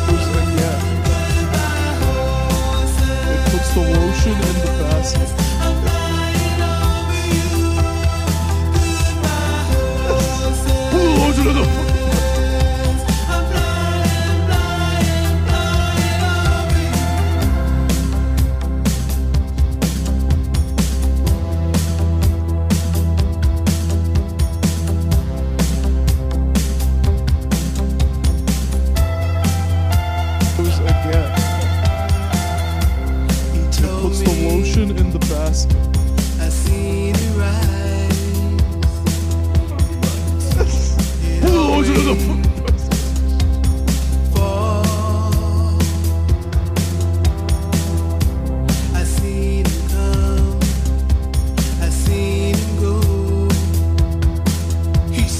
S2: Who's like, yeah. It puts the lotion in the basket. Put the lotion in the Who's like, yeah. It puts the lotion in the basket. Put the lotion in the basket.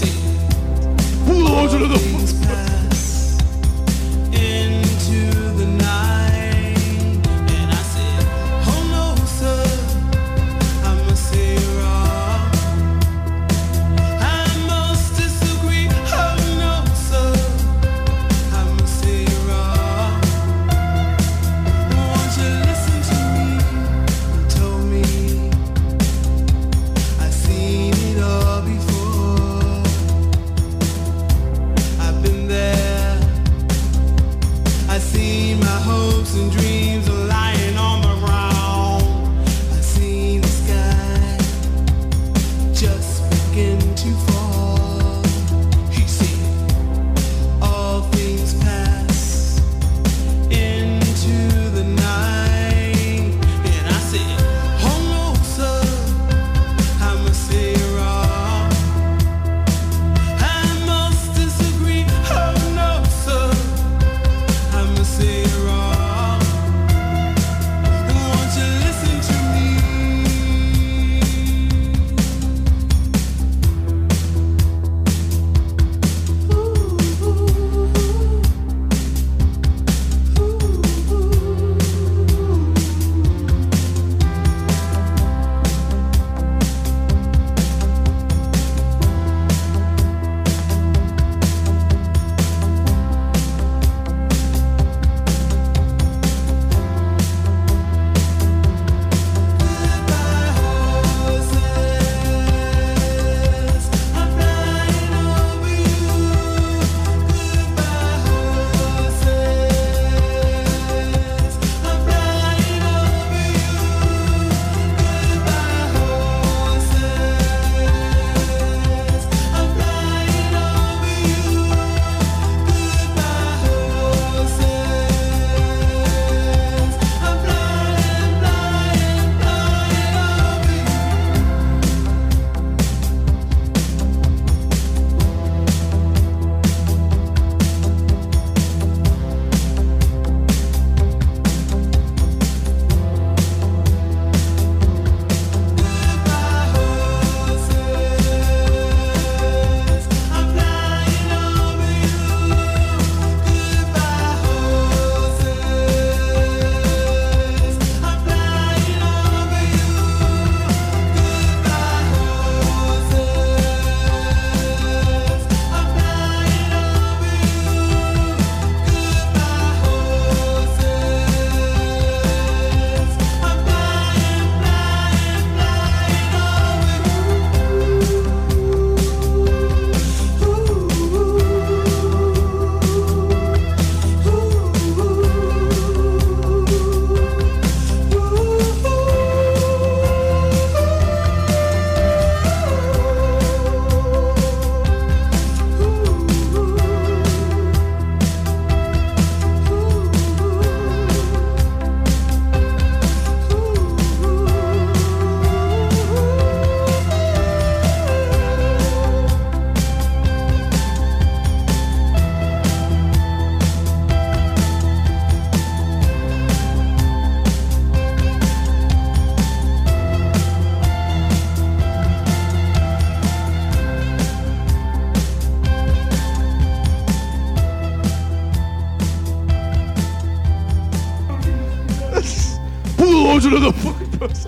S2: Put the lotion in the basket.
S8: I've
S2: closer to the fucking post.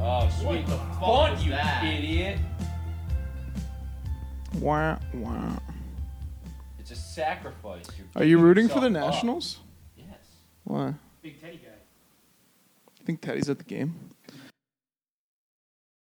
S3: Oh,
S1: Font, you idiot.
S2: Wah, wah.
S3: It's a sacrifice.
S2: Are you rooting for the Nationals? Yes. Why?
S7: Big Teddy guy.
S2: You think Teddy's at the game?